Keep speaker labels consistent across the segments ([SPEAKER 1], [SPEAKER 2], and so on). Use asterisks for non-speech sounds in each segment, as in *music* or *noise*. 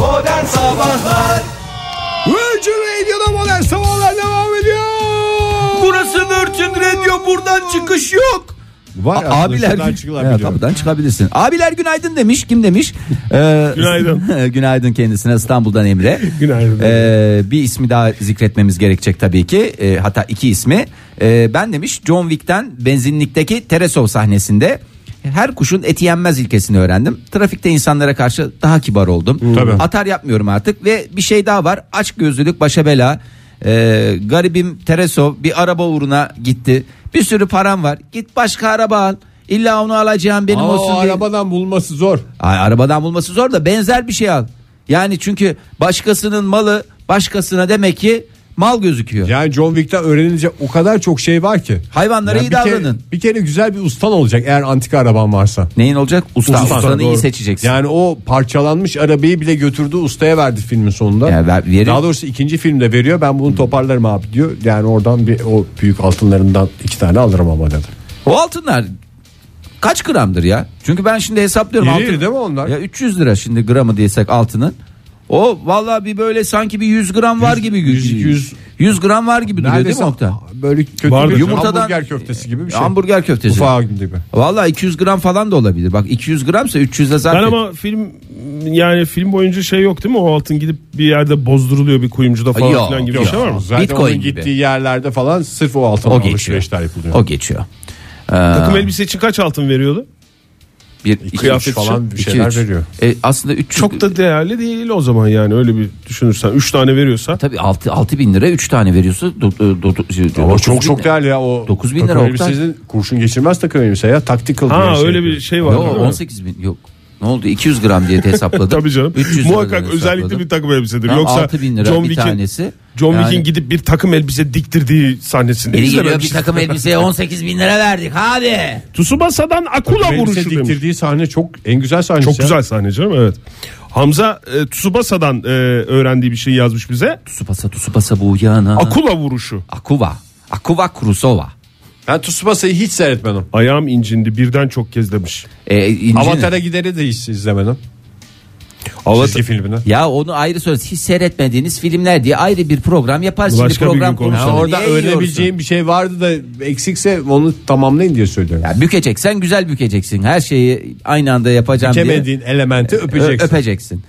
[SPEAKER 1] Modern Sabahlar
[SPEAKER 2] Virgin Radio'da modern sabahlar devam ediyor.
[SPEAKER 3] Burası Virgin Radio buradan çıkış yok.
[SPEAKER 2] Var aslında, şuradan
[SPEAKER 3] Abiler
[SPEAKER 2] çıkılabiliyor.
[SPEAKER 3] Evet, kapıdan çıkabilirsin. Abiler günaydın demiş. Kim demiş?
[SPEAKER 2] *laughs*
[SPEAKER 3] Ee,
[SPEAKER 4] Günaydın.
[SPEAKER 3] *laughs* günaydın kendisine İstanbul'dan Emre.
[SPEAKER 4] Günaydın.
[SPEAKER 3] Ee, bir ismi daha zikretmemiz gerekecek tabii ki. Ee, hatta iki ismi. Ee, ben demiş John Wick'ten benzinlikteki Teresov sahnesinde her kuşun eti yenmez ilkesini öğrendim. Trafikte insanlara karşı daha kibar oldum.
[SPEAKER 4] Tabii.
[SPEAKER 3] Atar yapmıyorum artık ve bir şey daha var. Aç gözlülük başa bela. Ee, garibim Teresov bir araba uğruna gitti. Bir sürü param var. Git başka araba al. İlla onu alacağım benim
[SPEAKER 2] Ama
[SPEAKER 3] olsun
[SPEAKER 2] o
[SPEAKER 3] diye.
[SPEAKER 2] arabadan bulması zor.
[SPEAKER 3] Ay, arabadan bulması zor da benzer bir şey al. Yani çünkü başkasının malı başkasına demek ki mal gözüküyor.
[SPEAKER 2] Yani John Wick'ten öğrenilecek o kadar çok şey var ki.
[SPEAKER 3] Hayvanlara
[SPEAKER 2] Yani
[SPEAKER 3] iyi
[SPEAKER 2] bir kere-
[SPEAKER 3] davranın.
[SPEAKER 2] bir kere güzel bir ustan olacak eğer antika araban varsa.
[SPEAKER 3] Neyin olacak? Usta.
[SPEAKER 2] Ustan,
[SPEAKER 3] Ustanı iyi
[SPEAKER 2] doğru.
[SPEAKER 3] seçeceksin.
[SPEAKER 2] Yani o parçalanmış arabayı bile götürdü ustaya verdi filmin sonunda.
[SPEAKER 3] Ya ver- verir.
[SPEAKER 2] Daha doğrusu ikinci filmde veriyor ben bunu toparlarım abi diyor. Yani oradan bir o büyük altınlarından iki tane alırım ama dedi.
[SPEAKER 3] O altınlar kaç gramdır ya? Çünkü ben şimdi hesaplıyorum.
[SPEAKER 2] İri iri değil mi onlar?
[SPEAKER 3] Ya 300 lira şimdi gramı diyesek altının. O vallahi bir böyle sanki bir 100 gram var gibi.
[SPEAKER 2] 100, 100.
[SPEAKER 3] 100 gram var gibi duruyor değil mi Oktay?
[SPEAKER 2] Böyle kötü
[SPEAKER 4] Vardı.
[SPEAKER 2] bir
[SPEAKER 3] Yumurtadan-
[SPEAKER 2] hamburger köftesi gibi bir şey.
[SPEAKER 3] Hamburger köftesi.
[SPEAKER 2] Ufağı gibi.
[SPEAKER 3] Vallahi 200 gram falan da olabilir. Bak 200 gramsa 300'e zaten.
[SPEAKER 4] Ben ama film yani film boyunca şey yok değil mi? O altın gidip bir yerde bozduruluyor bir kuyumcuda falan
[SPEAKER 3] Yok,
[SPEAKER 4] filan gibi
[SPEAKER 3] yok.
[SPEAKER 4] bir şey var mı?
[SPEAKER 2] Zaten
[SPEAKER 3] Bitcoin
[SPEAKER 2] onun
[SPEAKER 3] gibi.
[SPEAKER 2] gittiği yerlerde falan sırf o altın
[SPEAKER 3] O
[SPEAKER 2] alışverişler
[SPEAKER 3] geçiyor.
[SPEAKER 2] yapılıyor.
[SPEAKER 3] O geçiyor. Ee,
[SPEAKER 4] Takım elbise için kaç altın veriyordu?
[SPEAKER 3] Bir iki,
[SPEAKER 4] kıyafet
[SPEAKER 3] üç
[SPEAKER 2] falan bir
[SPEAKER 3] iki,
[SPEAKER 2] şeyler
[SPEAKER 3] üç.
[SPEAKER 2] veriyor.
[SPEAKER 3] E, aslında 3
[SPEAKER 4] Çok da değerli değil o zaman yani öyle bir düşünürsen. 3 tane veriyorsa.
[SPEAKER 3] tabii 6 altı bin lira 3 tane veriyorsa do, do, do, do-
[SPEAKER 2] Ama
[SPEAKER 3] dokuz
[SPEAKER 2] çok
[SPEAKER 3] bin
[SPEAKER 2] çok
[SPEAKER 3] lira.
[SPEAKER 2] değerli ya o.
[SPEAKER 3] 9 bin
[SPEAKER 2] takım
[SPEAKER 3] lira
[SPEAKER 2] elbise
[SPEAKER 3] Oktay.
[SPEAKER 2] sizin kurşun geçirmez takım elbise ya. Taktikal
[SPEAKER 4] Ha
[SPEAKER 2] diye şey
[SPEAKER 4] öyle
[SPEAKER 2] yapıyor.
[SPEAKER 4] bir şey var.
[SPEAKER 3] Yo,
[SPEAKER 4] değil mi?
[SPEAKER 3] 18 bin yok. Ne oldu 200 gram diye de hesapladım.
[SPEAKER 4] *laughs* Tabii canım.
[SPEAKER 3] 300
[SPEAKER 4] Muhakkak
[SPEAKER 3] liradan
[SPEAKER 4] özellikle
[SPEAKER 3] hesapladım.
[SPEAKER 4] bir takım elbisedir.
[SPEAKER 3] Tamam,
[SPEAKER 4] Yoksa
[SPEAKER 3] 6 bin lira
[SPEAKER 4] John
[SPEAKER 3] bir
[SPEAKER 4] Wick'in
[SPEAKER 3] tanesi.
[SPEAKER 4] John
[SPEAKER 3] Yani
[SPEAKER 4] Wick'in gidip bir takım elbise diktirdiği sahnesinde
[SPEAKER 3] Biri geliyor bir
[SPEAKER 4] izlememiştim.
[SPEAKER 3] takım
[SPEAKER 4] *laughs*
[SPEAKER 3] elbiseye 18 bin lira verdik hadi.
[SPEAKER 4] Tsubasa'dan
[SPEAKER 2] Takım
[SPEAKER 4] Akula
[SPEAKER 2] elbise
[SPEAKER 4] vuruşu demiş.
[SPEAKER 2] diktirdiği sahne çok en güzel sahne.
[SPEAKER 4] Çok güzel sahne canım evet. Hamza e, Tsubasa'dan e, öğrendiği bir şey yazmış bize.
[SPEAKER 3] Tsubasa Tsubasa bu yana.
[SPEAKER 4] Akula vuruşu.
[SPEAKER 3] Akuva. Akuva Kurusova.
[SPEAKER 2] Ben Tsubasa'yı hiç seyretmedim.
[SPEAKER 4] Ayağım incindi birden çok kez demiş.
[SPEAKER 3] E, incinin-
[SPEAKER 2] Avatar'a gideri de hiç izlemedim. Çizgi filmini.
[SPEAKER 3] Ya onu ayrı söz hiç seyretmediğiniz filmler diye ayrı bir program yapar. Şimdi
[SPEAKER 4] Başka bir
[SPEAKER 3] program
[SPEAKER 4] gün konuşalım.
[SPEAKER 3] konuşalım.
[SPEAKER 2] Ha, orada
[SPEAKER 3] Niye yiyorsun?
[SPEAKER 2] öğrenebileceğim bir şey vardı da eksikse onu tamamlayın diye söylüyorum.
[SPEAKER 3] Ya bükeceksen güzel bükeceksin. Her şeyi aynı anda yapacağım diye
[SPEAKER 2] Kemediğin elementi
[SPEAKER 3] ö-
[SPEAKER 2] öpeceksin.
[SPEAKER 3] öpeceksin.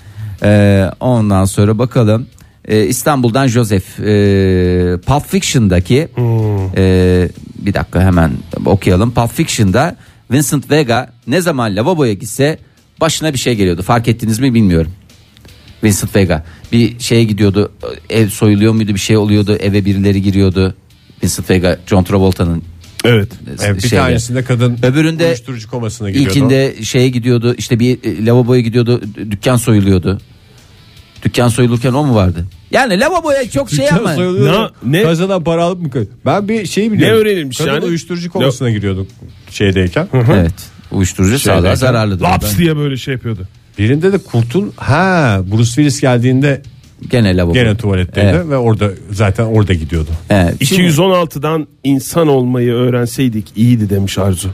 [SPEAKER 3] Ee, ondan sonra bakalım. Ee, İstanbul'dan Joseph ee, Pulp Fiction'daki
[SPEAKER 2] Hmm.
[SPEAKER 3] ee, bir dakika hemen okuyalım. Pulp Fiction'da Vincent Vega ne zaman lavaboya gitse başına bir şey geliyordu. Fark ettiniz mi bilmiyorum. Vincent Vega bir şeye gidiyordu. Ev soyuluyor muydu bir şey oluyordu. Eve birileri giriyordu. Vincent Vega John Travolta'nın
[SPEAKER 4] Evet.
[SPEAKER 2] Evet, bir
[SPEAKER 3] şeyle.
[SPEAKER 2] tanesinde kadın
[SPEAKER 3] Öbüründe
[SPEAKER 2] uyuşturucu komasına giriyordu.
[SPEAKER 3] İlkinde şeye gidiyordu işte bir e, lavaboya gidiyordu d- dükkan soyuluyordu. Dükkan soyulurken o mu vardı? Yani lavaboya çok şey
[SPEAKER 2] Dükkan
[SPEAKER 3] ama
[SPEAKER 2] soyuluyordu.
[SPEAKER 4] Ne- ne-
[SPEAKER 2] Kazadan para alıp mı koy- Ben bir şey biliyorum.
[SPEAKER 4] Ne öğrenilmiş
[SPEAKER 2] Kadın
[SPEAKER 4] yani?
[SPEAKER 2] uyuşturucu komasına giriyorduk şeydeyken.
[SPEAKER 3] evet uyuşturucu sağlığa zararlıdır.
[SPEAKER 4] Laps
[SPEAKER 3] Ben-
[SPEAKER 4] diye böyle şey yapıyordu.
[SPEAKER 2] Birinde de kurtun ha Bruce Willis geldiğinde
[SPEAKER 3] Gene lavabo.
[SPEAKER 2] gene tuvaletteydi
[SPEAKER 3] Evet,
[SPEAKER 2] ve orada zaten orada gidiyordu.
[SPEAKER 3] evet.
[SPEAKER 4] 216'dan insan olmayı öğrenseydik iyiydi demiş Arzu.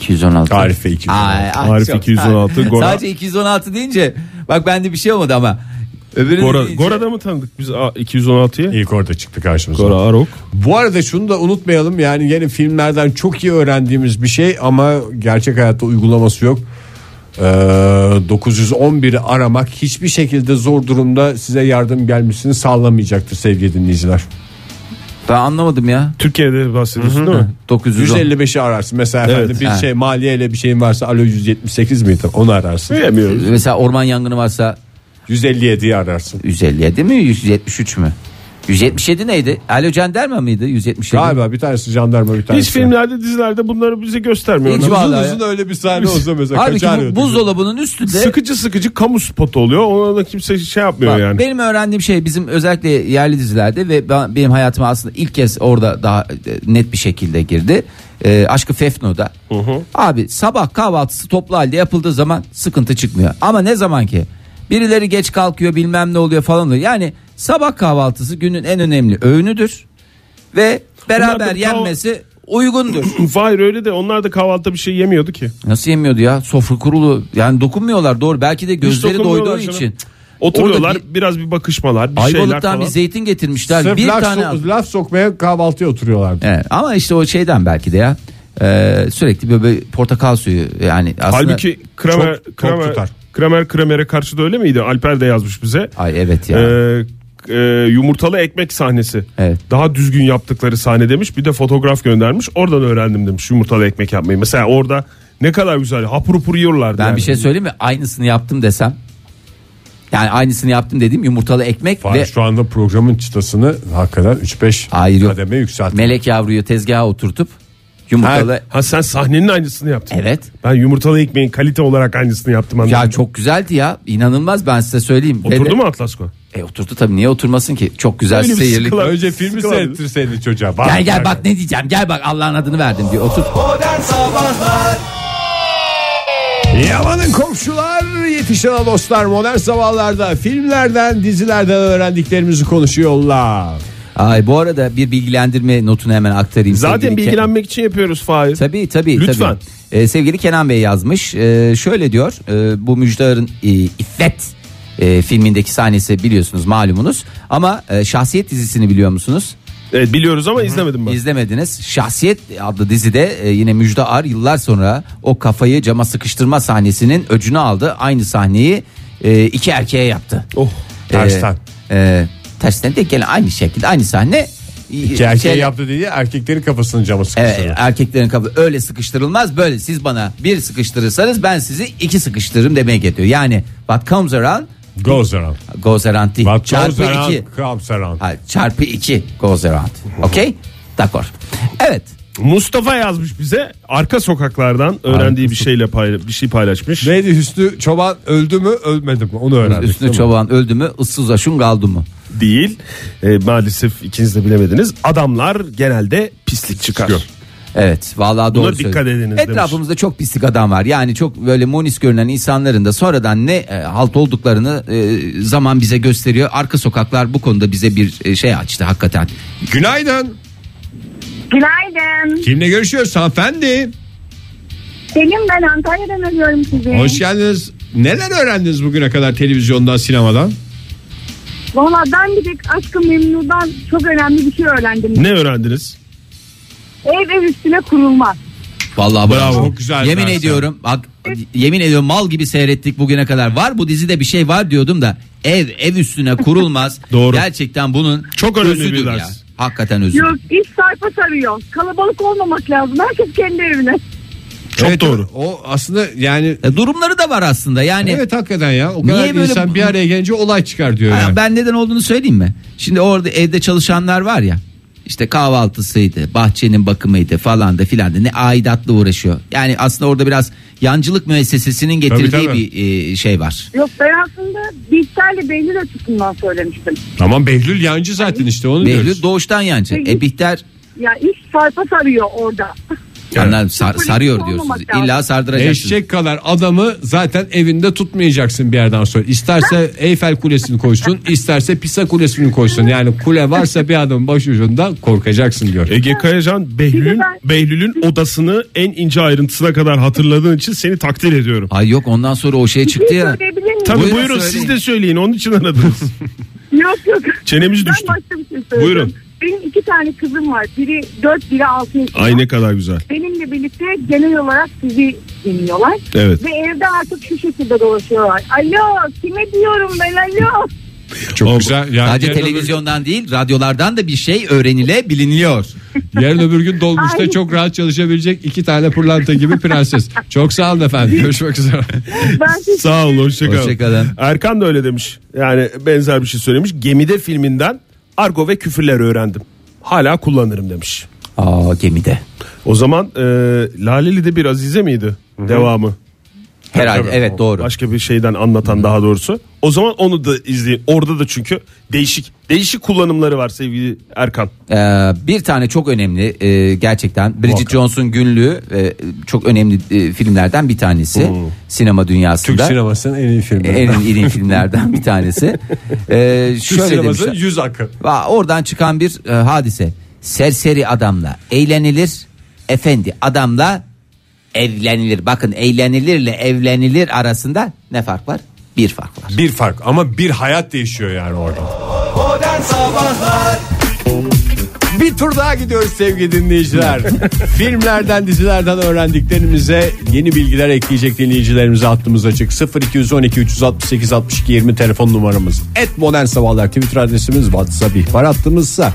[SPEAKER 3] 216.
[SPEAKER 2] Arife 216.
[SPEAKER 3] Ay, ay,
[SPEAKER 4] Arif
[SPEAKER 3] çok-
[SPEAKER 4] 216,
[SPEAKER 3] ay.
[SPEAKER 4] Gora-
[SPEAKER 3] Sadece 216 deyince bak bende bir şey olmadı ama. Öbürünü
[SPEAKER 4] Gora,
[SPEAKER 3] deyince-
[SPEAKER 4] Gora'da mı tanıdık biz A- 216'yı?
[SPEAKER 2] İlk orada çıktı karşımıza.
[SPEAKER 4] Gora Arok.
[SPEAKER 2] Bu arada şunu da unutmayalım yani yeni filmlerden çok iyi öğrendiğimiz bir şey ama gerçek hayatta uygulaması yok. Ee, 911'i aramak hiçbir şekilde zor durumda size yardım gelmesini sağlamayacaktır sevgili dinleyiciler.
[SPEAKER 3] Ben anlamadım ya.
[SPEAKER 4] Türkiye'de bahsediyorsun değil mi?
[SPEAKER 3] 910.
[SPEAKER 2] 155'i ararsın mesela
[SPEAKER 4] Evet,
[SPEAKER 2] efendim bir
[SPEAKER 3] ha.
[SPEAKER 2] şey maliyeyle bir şeyin varsa alo 178 miydi onu ararsın. *laughs*
[SPEAKER 4] Bilemiyorum.
[SPEAKER 3] Mesela orman yangını varsa
[SPEAKER 2] 157'yi ararsın.
[SPEAKER 3] 157 mi 173 mü? 177 neydi? Alo jandarma mıydı 177?
[SPEAKER 2] Galiba bir tanesi jandarma bir tanesi.
[SPEAKER 4] Hiç filmlerde dizilerde bunları bize
[SPEAKER 3] Hiç
[SPEAKER 4] göstermiyorlar.
[SPEAKER 3] var.
[SPEAKER 2] Uzun
[SPEAKER 3] Vallahi
[SPEAKER 2] uzun öyle bir sahne olsa mesela
[SPEAKER 3] Halbuki
[SPEAKER 2] kaç
[SPEAKER 3] bu
[SPEAKER 2] arıyor.
[SPEAKER 3] buzdolabının üstünde
[SPEAKER 4] Sıkıcı sıkıcı kamu spotu oluyor. Ona da kimse şey yapmıyor
[SPEAKER 3] Bak,
[SPEAKER 4] yani.
[SPEAKER 3] benim öğrendiğim şey bizim özellikle yerli dizilerde ve ben- benim hayatıma aslında ilk kez orada daha e, net bir şekilde girdi. E, Aşkı Fefno'da. Abi sabah kahvaltısı toplu halde yapıldığı zaman sıkıntı çıkmıyor. Ama ne zaman ki birileri geç kalkıyor bilmem ne oluyor falan oluyor. Yani sabah kahvaltısı günün en önemli öğünüdür ve
[SPEAKER 4] Bunlar
[SPEAKER 3] beraber
[SPEAKER 4] da-
[SPEAKER 3] yenmesi uygundur.
[SPEAKER 4] Hayır öyle de onlar da kahvaltıda bir şey yemiyordu ki.
[SPEAKER 3] Nasıl yemiyordu ya? Sofra kurulu. Yani dokunmuyorlar doğru. Belki de gözleri
[SPEAKER 4] dokunmuyorlar
[SPEAKER 3] doyduğu
[SPEAKER 4] canım.
[SPEAKER 3] için.
[SPEAKER 4] Oturuyorlar
[SPEAKER 3] Orada
[SPEAKER 4] biraz bir bakışmalar bir şeyler
[SPEAKER 3] Ayvalık'tan
[SPEAKER 4] falan.
[SPEAKER 3] bir zeytin getirmişler.
[SPEAKER 2] Sırf
[SPEAKER 3] bir
[SPEAKER 2] laf,
[SPEAKER 3] tane
[SPEAKER 2] so- laf sokmaya kahvaltıya oturuyorlardı.
[SPEAKER 3] Evet, ama işte o şeyden belki de ya. Ee, sürekli böyle, böyle portakal suyu yani aslında
[SPEAKER 4] Halbuki Kramer,
[SPEAKER 2] Çok- çok
[SPEAKER 4] Kramer,
[SPEAKER 2] tutar.
[SPEAKER 4] Kramer Kramer'e karşı da öyle miydi? Alper de yazmış bize.
[SPEAKER 3] Ay evet ya.
[SPEAKER 4] Ee, e, yumurtalı ekmek sahnesi.
[SPEAKER 3] Evet.
[SPEAKER 4] Daha düzgün yaptıkları sahne demiş. Bir de fotoğraf göndermiş. Oradan öğrendim demiş yumurtalı ekmek yapmayı. Mesela orada ne kadar güzel hapur hapur yiyorlardı.
[SPEAKER 3] ben
[SPEAKER 4] yani.
[SPEAKER 3] bir şey söyleyeyim mi? Aynısını yaptım desem. Yani aynısını yaptım dediğim yumurtalı ekmek
[SPEAKER 2] Var
[SPEAKER 3] ve
[SPEAKER 2] şu anda programın çıtasını hakikaten 3-5
[SPEAKER 3] Hayır, yok.
[SPEAKER 2] kademe yükseltti.
[SPEAKER 3] melek yavruyu tezgaha oturtup yumurtalı
[SPEAKER 4] Ha sen sahnenin aynısını yaptın.
[SPEAKER 3] Evet.
[SPEAKER 4] Ben yumurtalı ekmeğin kalite olarak aynısını yaptım.
[SPEAKER 3] Ya
[SPEAKER 4] anladım.
[SPEAKER 3] çok güzeldi ya. İnanılmaz ben size söyleyeyim. Ve de-
[SPEAKER 4] Oturdu mu Atlasko?
[SPEAKER 3] E oturdu tabii niye oturmasın ki? Çok güzel
[SPEAKER 4] Öyle bir
[SPEAKER 3] seyirlik.
[SPEAKER 4] sıkılan-
[SPEAKER 2] Önce filmi
[SPEAKER 4] Sıkılan-
[SPEAKER 2] seyrettirseydi çocuğa. Bak,
[SPEAKER 3] Gel gel bak ne diyeceğim. Gel bak Allah'ın adını verdim diyor. Otur.
[SPEAKER 2] Yamanın komşular yetişen dostlar modern sabahlarda filmlerden dizilerden öğrendiklerimizi konuşuyorlar.
[SPEAKER 3] Ay bu arada bir bilgilendirme notunu hemen aktarayım.
[SPEAKER 4] Zaten
[SPEAKER 3] Sevgili Ke-
[SPEAKER 4] bilgilenmek için yapıyoruz Fahir.
[SPEAKER 3] Tabii tabii.
[SPEAKER 4] Lütfen.
[SPEAKER 3] Tabii. Ee, sevgili Kenan Bey yazmış. Ee, şöyle diyor. e, bu Müjdar'ın e, İffet e, filmindeki sahnesi biliyorsunuz malumunuz. Ama e, Şahsiyet dizisini biliyor musunuz?
[SPEAKER 4] Evet, biliyoruz ama izlemedim ben.
[SPEAKER 3] İzlemediniz. Şahsiyet adlı dizide e, yine Müjde Ar yıllar sonra o kafayı cama sıkıştırma sahnesinin öcünü aldı. Aynı sahneyi e, iki erkeğe yaptı.
[SPEAKER 2] Oh tersten.
[SPEAKER 3] E, e, tersten de gene aynı şekilde aynı sahne.
[SPEAKER 2] Ki erkeği
[SPEAKER 3] Şey-
[SPEAKER 2] yaptı dediği erkeklerin kafasını cama
[SPEAKER 3] Evet, e,
[SPEAKER 2] sıkıştırır.
[SPEAKER 3] Ee, erkeklerin kabı öyle sıkıştırılmaz böyle siz bana bir sıkıştırırsanız ben sizi iki sıkıştırırım demeye getiriyor. Yani what comes around
[SPEAKER 2] Goes around.
[SPEAKER 3] goes around değil.
[SPEAKER 2] What
[SPEAKER 3] çarpı
[SPEAKER 2] goes around
[SPEAKER 3] iki.
[SPEAKER 2] comes around.
[SPEAKER 3] Ha, çarpı iki goes around. Okey? D'accord. Evet.
[SPEAKER 4] Mustafa yazmış bize arka sokaklardan öğrendiği bir şeyle payla- bir şey paylaşmış.
[SPEAKER 2] Neydi Hüsnü Çoban öldü mü ölmedi mi onu öğrendik.
[SPEAKER 3] Üstüne
[SPEAKER 2] değil mi?
[SPEAKER 3] çoban öldü mü ıssız aşun kaldı mı?
[SPEAKER 4] Değil. E, maalesef ikiniz de bilemediniz. Adamlar genelde pislik çıkar.
[SPEAKER 3] Evet vallahi doğru
[SPEAKER 4] Buna dikkat
[SPEAKER 3] söylüyorsun.
[SPEAKER 4] ediniz demiş.
[SPEAKER 3] Etrafımızda çok pislik adam var. Yani çok böyle monis görünen insanların da sonradan ne e, halt olduklarını e, zaman bize gösteriyor. Arka sokaklar bu konuda bize bir e, şey açtı hakikaten.
[SPEAKER 2] Günaydın.
[SPEAKER 5] Günaydın.
[SPEAKER 2] Kimle görüşüyoruz hanımefendi?
[SPEAKER 5] Selim ben Antalya'dan arıyorum sizi.
[SPEAKER 2] Hoş geldiniz. Neler öğrendiniz bugüne kadar televizyondan sinemadan?
[SPEAKER 5] Valla ben bir tek aşkı memnudan çok önemli bir şey öğrendim.
[SPEAKER 4] Ne öğrendiniz?
[SPEAKER 5] Ev ev üstüne kurulmaz.
[SPEAKER 3] Vallahi bravo.
[SPEAKER 2] Bravo, çok güzel
[SPEAKER 3] yemin
[SPEAKER 2] dersler.
[SPEAKER 3] ediyorum. Bak yemin ediyorum mal gibi seyrettik bugüne kadar. Var bu dizide bir şey var diyordum da ev ev üstüne
[SPEAKER 2] *laughs*
[SPEAKER 3] kurulmaz.
[SPEAKER 4] Doğru.
[SPEAKER 3] Gerçekten bunun
[SPEAKER 4] Çok önemli
[SPEAKER 3] özüdür
[SPEAKER 4] bir
[SPEAKER 3] ya.
[SPEAKER 4] ders.
[SPEAKER 3] Hakikaten özüdür.
[SPEAKER 5] Yok iş sayfa sarıyor. Kalabalık olmamak lazım. Herkes kendi evine.
[SPEAKER 4] Çok doğru.
[SPEAKER 2] O aslında yani
[SPEAKER 3] E, Durumları da var aslında. Yani
[SPEAKER 2] evet hakikaten ya. O
[SPEAKER 3] Niye
[SPEAKER 2] kadar
[SPEAKER 3] böyle-
[SPEAKER 2] insan bir araya gelince olay çıkar diyor
[SPEAKER 3] Ha,
[SPEAKER 2] yani.
[SPEAKER 3] Ben neden olduğunu söyleyeyim mi? Şimdi orada evde çalışanlar var ya. İşte kahvaltısıydı, bahçenin bakımıydı falan da filan da ne aidatla uğraşıyor. Yani aslında orada biraz yancılık müessesesinin getirdiği
[SPEAKER 2] tabii.
[SPEAKER 3] bir e, şey var.
[SPEAKER 5] Yok ben aslında Bihter'le Behlül açısından söylemiştim.
[SPEAKER 2] Tamam Behlül yancı zaten işte onu diyoruz.
[SPEAKER 3] Behlül doğuştan yancı.
[SPEAKER 5] Peki.
[SPEAKER 3] E Bihter
[SPEAKER 5] Ya iş sayfa sarıyor orada.
[SPEAKER 3] anlar, sar-
[SPEAKER 5] Polis
[SPEAKER 3] sarıyor
[SPEAKER 5] olmamak
[SPEAKER 3] diyorsunuz.
[SPEAKER 5] lazım.
[SPEAKER 3] İlla sardıracaksınız.
[SPEAKER 2] Eşek kadar adamı zaten evinde tutmayacaksın bir yerden sonra. İsterse Eyfel Kulesi'ni koysun, isterse Pisa Kulesi'ni koysun. Yani kule varsa bir adamın başucunda korkacaksın diyor.
[SPEAKER 4] Ege Kayacan
[SPEAKER 5] Bir
[SPEAKER 4] Behlül'ün,
[SPEAKER 5] de ben-
[SPEAKER 4] Behlül'ün odasını en ince ayrıntısına kadar hatırladığın için seni takdir ediyorum.
[SPEAKER 3] Ay yok ondan sonra o şey çıktı
[SPEAKER 5] Bir
[SPEAKER 3] ya.
[SPEAKER 5] söyleyebilir miyim?
[SPEAKER 4] Tabii
[SPEAKER 3] Buyurun
[SPEAKER 4] buyurun,
[SPEAKER 3] söyleyin.
[SPEAKER 4] siz de söyleyin onun için aradınız.
[SPEAKER 5] Yok yok.
[SPEAKER 4] Çenemiz düştü.
[SPEAKER 5] Ben başka bir şey söyleyeceğim.
[SPEAKER 4] Buyurun.
[SPEAKER 5] Benim iki tane kızım var. Biri dört, biri altı yaşında.
[SPEAKER 4] Ay ne kadar güzel.
[SPEAKER 5] benimle birlikte genel olarak sizi dinliyorlar.
[SPEAKER 4] Evet.
[SPEAKER 5] Ve evde artık şu şekilde dolaşıyorlar. Alo kime diyorum ben alo.
[SPEAKER 2] Çok
[SPEAKER 4] Ama-
[SPEAKER 2] güzel. Yani
[SPEAKER 3] Sadece
[SPEAKER 2] yarın öbür-
[SPEAKER 3] televizyondan değil radyolardan da bir şey öğrenile biliniyor.
[SPEAKER 2] yarın öbür gün dolmuşta
[SPEAKER 5] Ay.
[SPEAKER 2] çok rahat çalışabilecek iki tane pırlanta gibi prenses. Çok sağ olun efendim. Görüşmek üzere.
[SPEAKER 5] Ben siz
[SPEAKER 4] Sağ ol hoşçakalın.
[SPEAKER 3] Hoşçakalın.
[SPEAKER 4] Erkan da öyle demiş. Yani benzer bir şey söylemiş. Gemide filminden argo ve küfürler öğrendim. Hala kullanırım demiş.
[SPEAKER 3] Aa gemide.
[SPEAKER 4] O zaman e, Laleli'de bir Azize miydi? Devamı.
[SPEAKER 3] Herhalde
[SPEAKER 4] Tabii.
[SPEAKER 3] evet doğru.
[SPEAKER 4] Başka bir şeyden anlatan daha doğrusu. O zaman onu da izleyin. Orada da çünkü değişik değişik kullanımları var sevgili Erkan.
[SPEAKER 3] Ee, bir tane çok önemli e, gerçekten Bridget Jones'un günlüğü e, çok önemli e, filmlerden bir tanesi sinema dünyasında.
[SPEAKER 2] Türk sinemasının en iyi filmi.
[SPEAKER 3] en iyi filmlerden bir
[SPEAKER 2] *laughs*
[SPEAKER 3] tanesi. Ee,
[SPEAKER 2] Türk
[SPEAKER 3] şöyle
[SPEAKER 2] sinemasının
[SPEAKER 3] demişler.
[SPEAKER 2] yüz akı.
[SPEAKER 3] Va- Oradan çıkan bir e, hadise. Serseri adamla eğlenilir, efendi adamla evlenilir. Bakın eğlenilirle evlenilir arasında ne fark var? bir fark var.
[SPEAKER 6] Bir fark ama bir hayat değişiyor yani orada.
[SPEAKER 7] Modern Sabahlar
[SPEAKER 6] Bir tur daha gidiyoruz
[SPEAKER 4] *laughs*
[SPEAKER 6] sevgili dinleyiciler. Filmlerden dizilerden öğrendiklerimize yeni bilgiler ekleyecek dinleyicilerimize hattımız açık. 0212 368 62 20 telefon numaramız. Et modern sabahlar Twitter adresimiz WhatsApp ihbar hattımızsa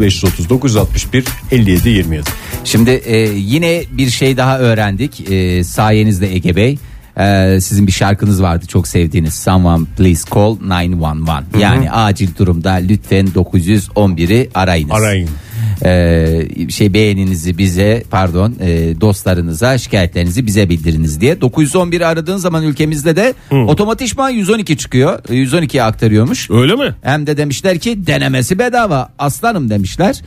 [SPEAKER 6] 0539 61 57 27.
[SPEAKER 3] Şimdi e, yine bir şey daha öğrendik E, sayenizde Ege Bey. e, sizin bir şarkınız vardı çok sevdiğiniz Someone Please Call 911 Yani acil durumda lütfen 911'i arayınız
[SPEAKER 6] Arayın.
[SPEAKER 3] E, şey beğeninizi bize pardon e, dostlarınıza şikayetlerinizi bize bildiriniz diye 911'i aradığın zaman ülkemizde de otomatikman 112 çıkıyor E, 112'ye aktarıyormuş
[SPEAKER 4] Öyle mi?
[SPEAKER 3] hem de demişler ki denemesi bedava aslanım demişler.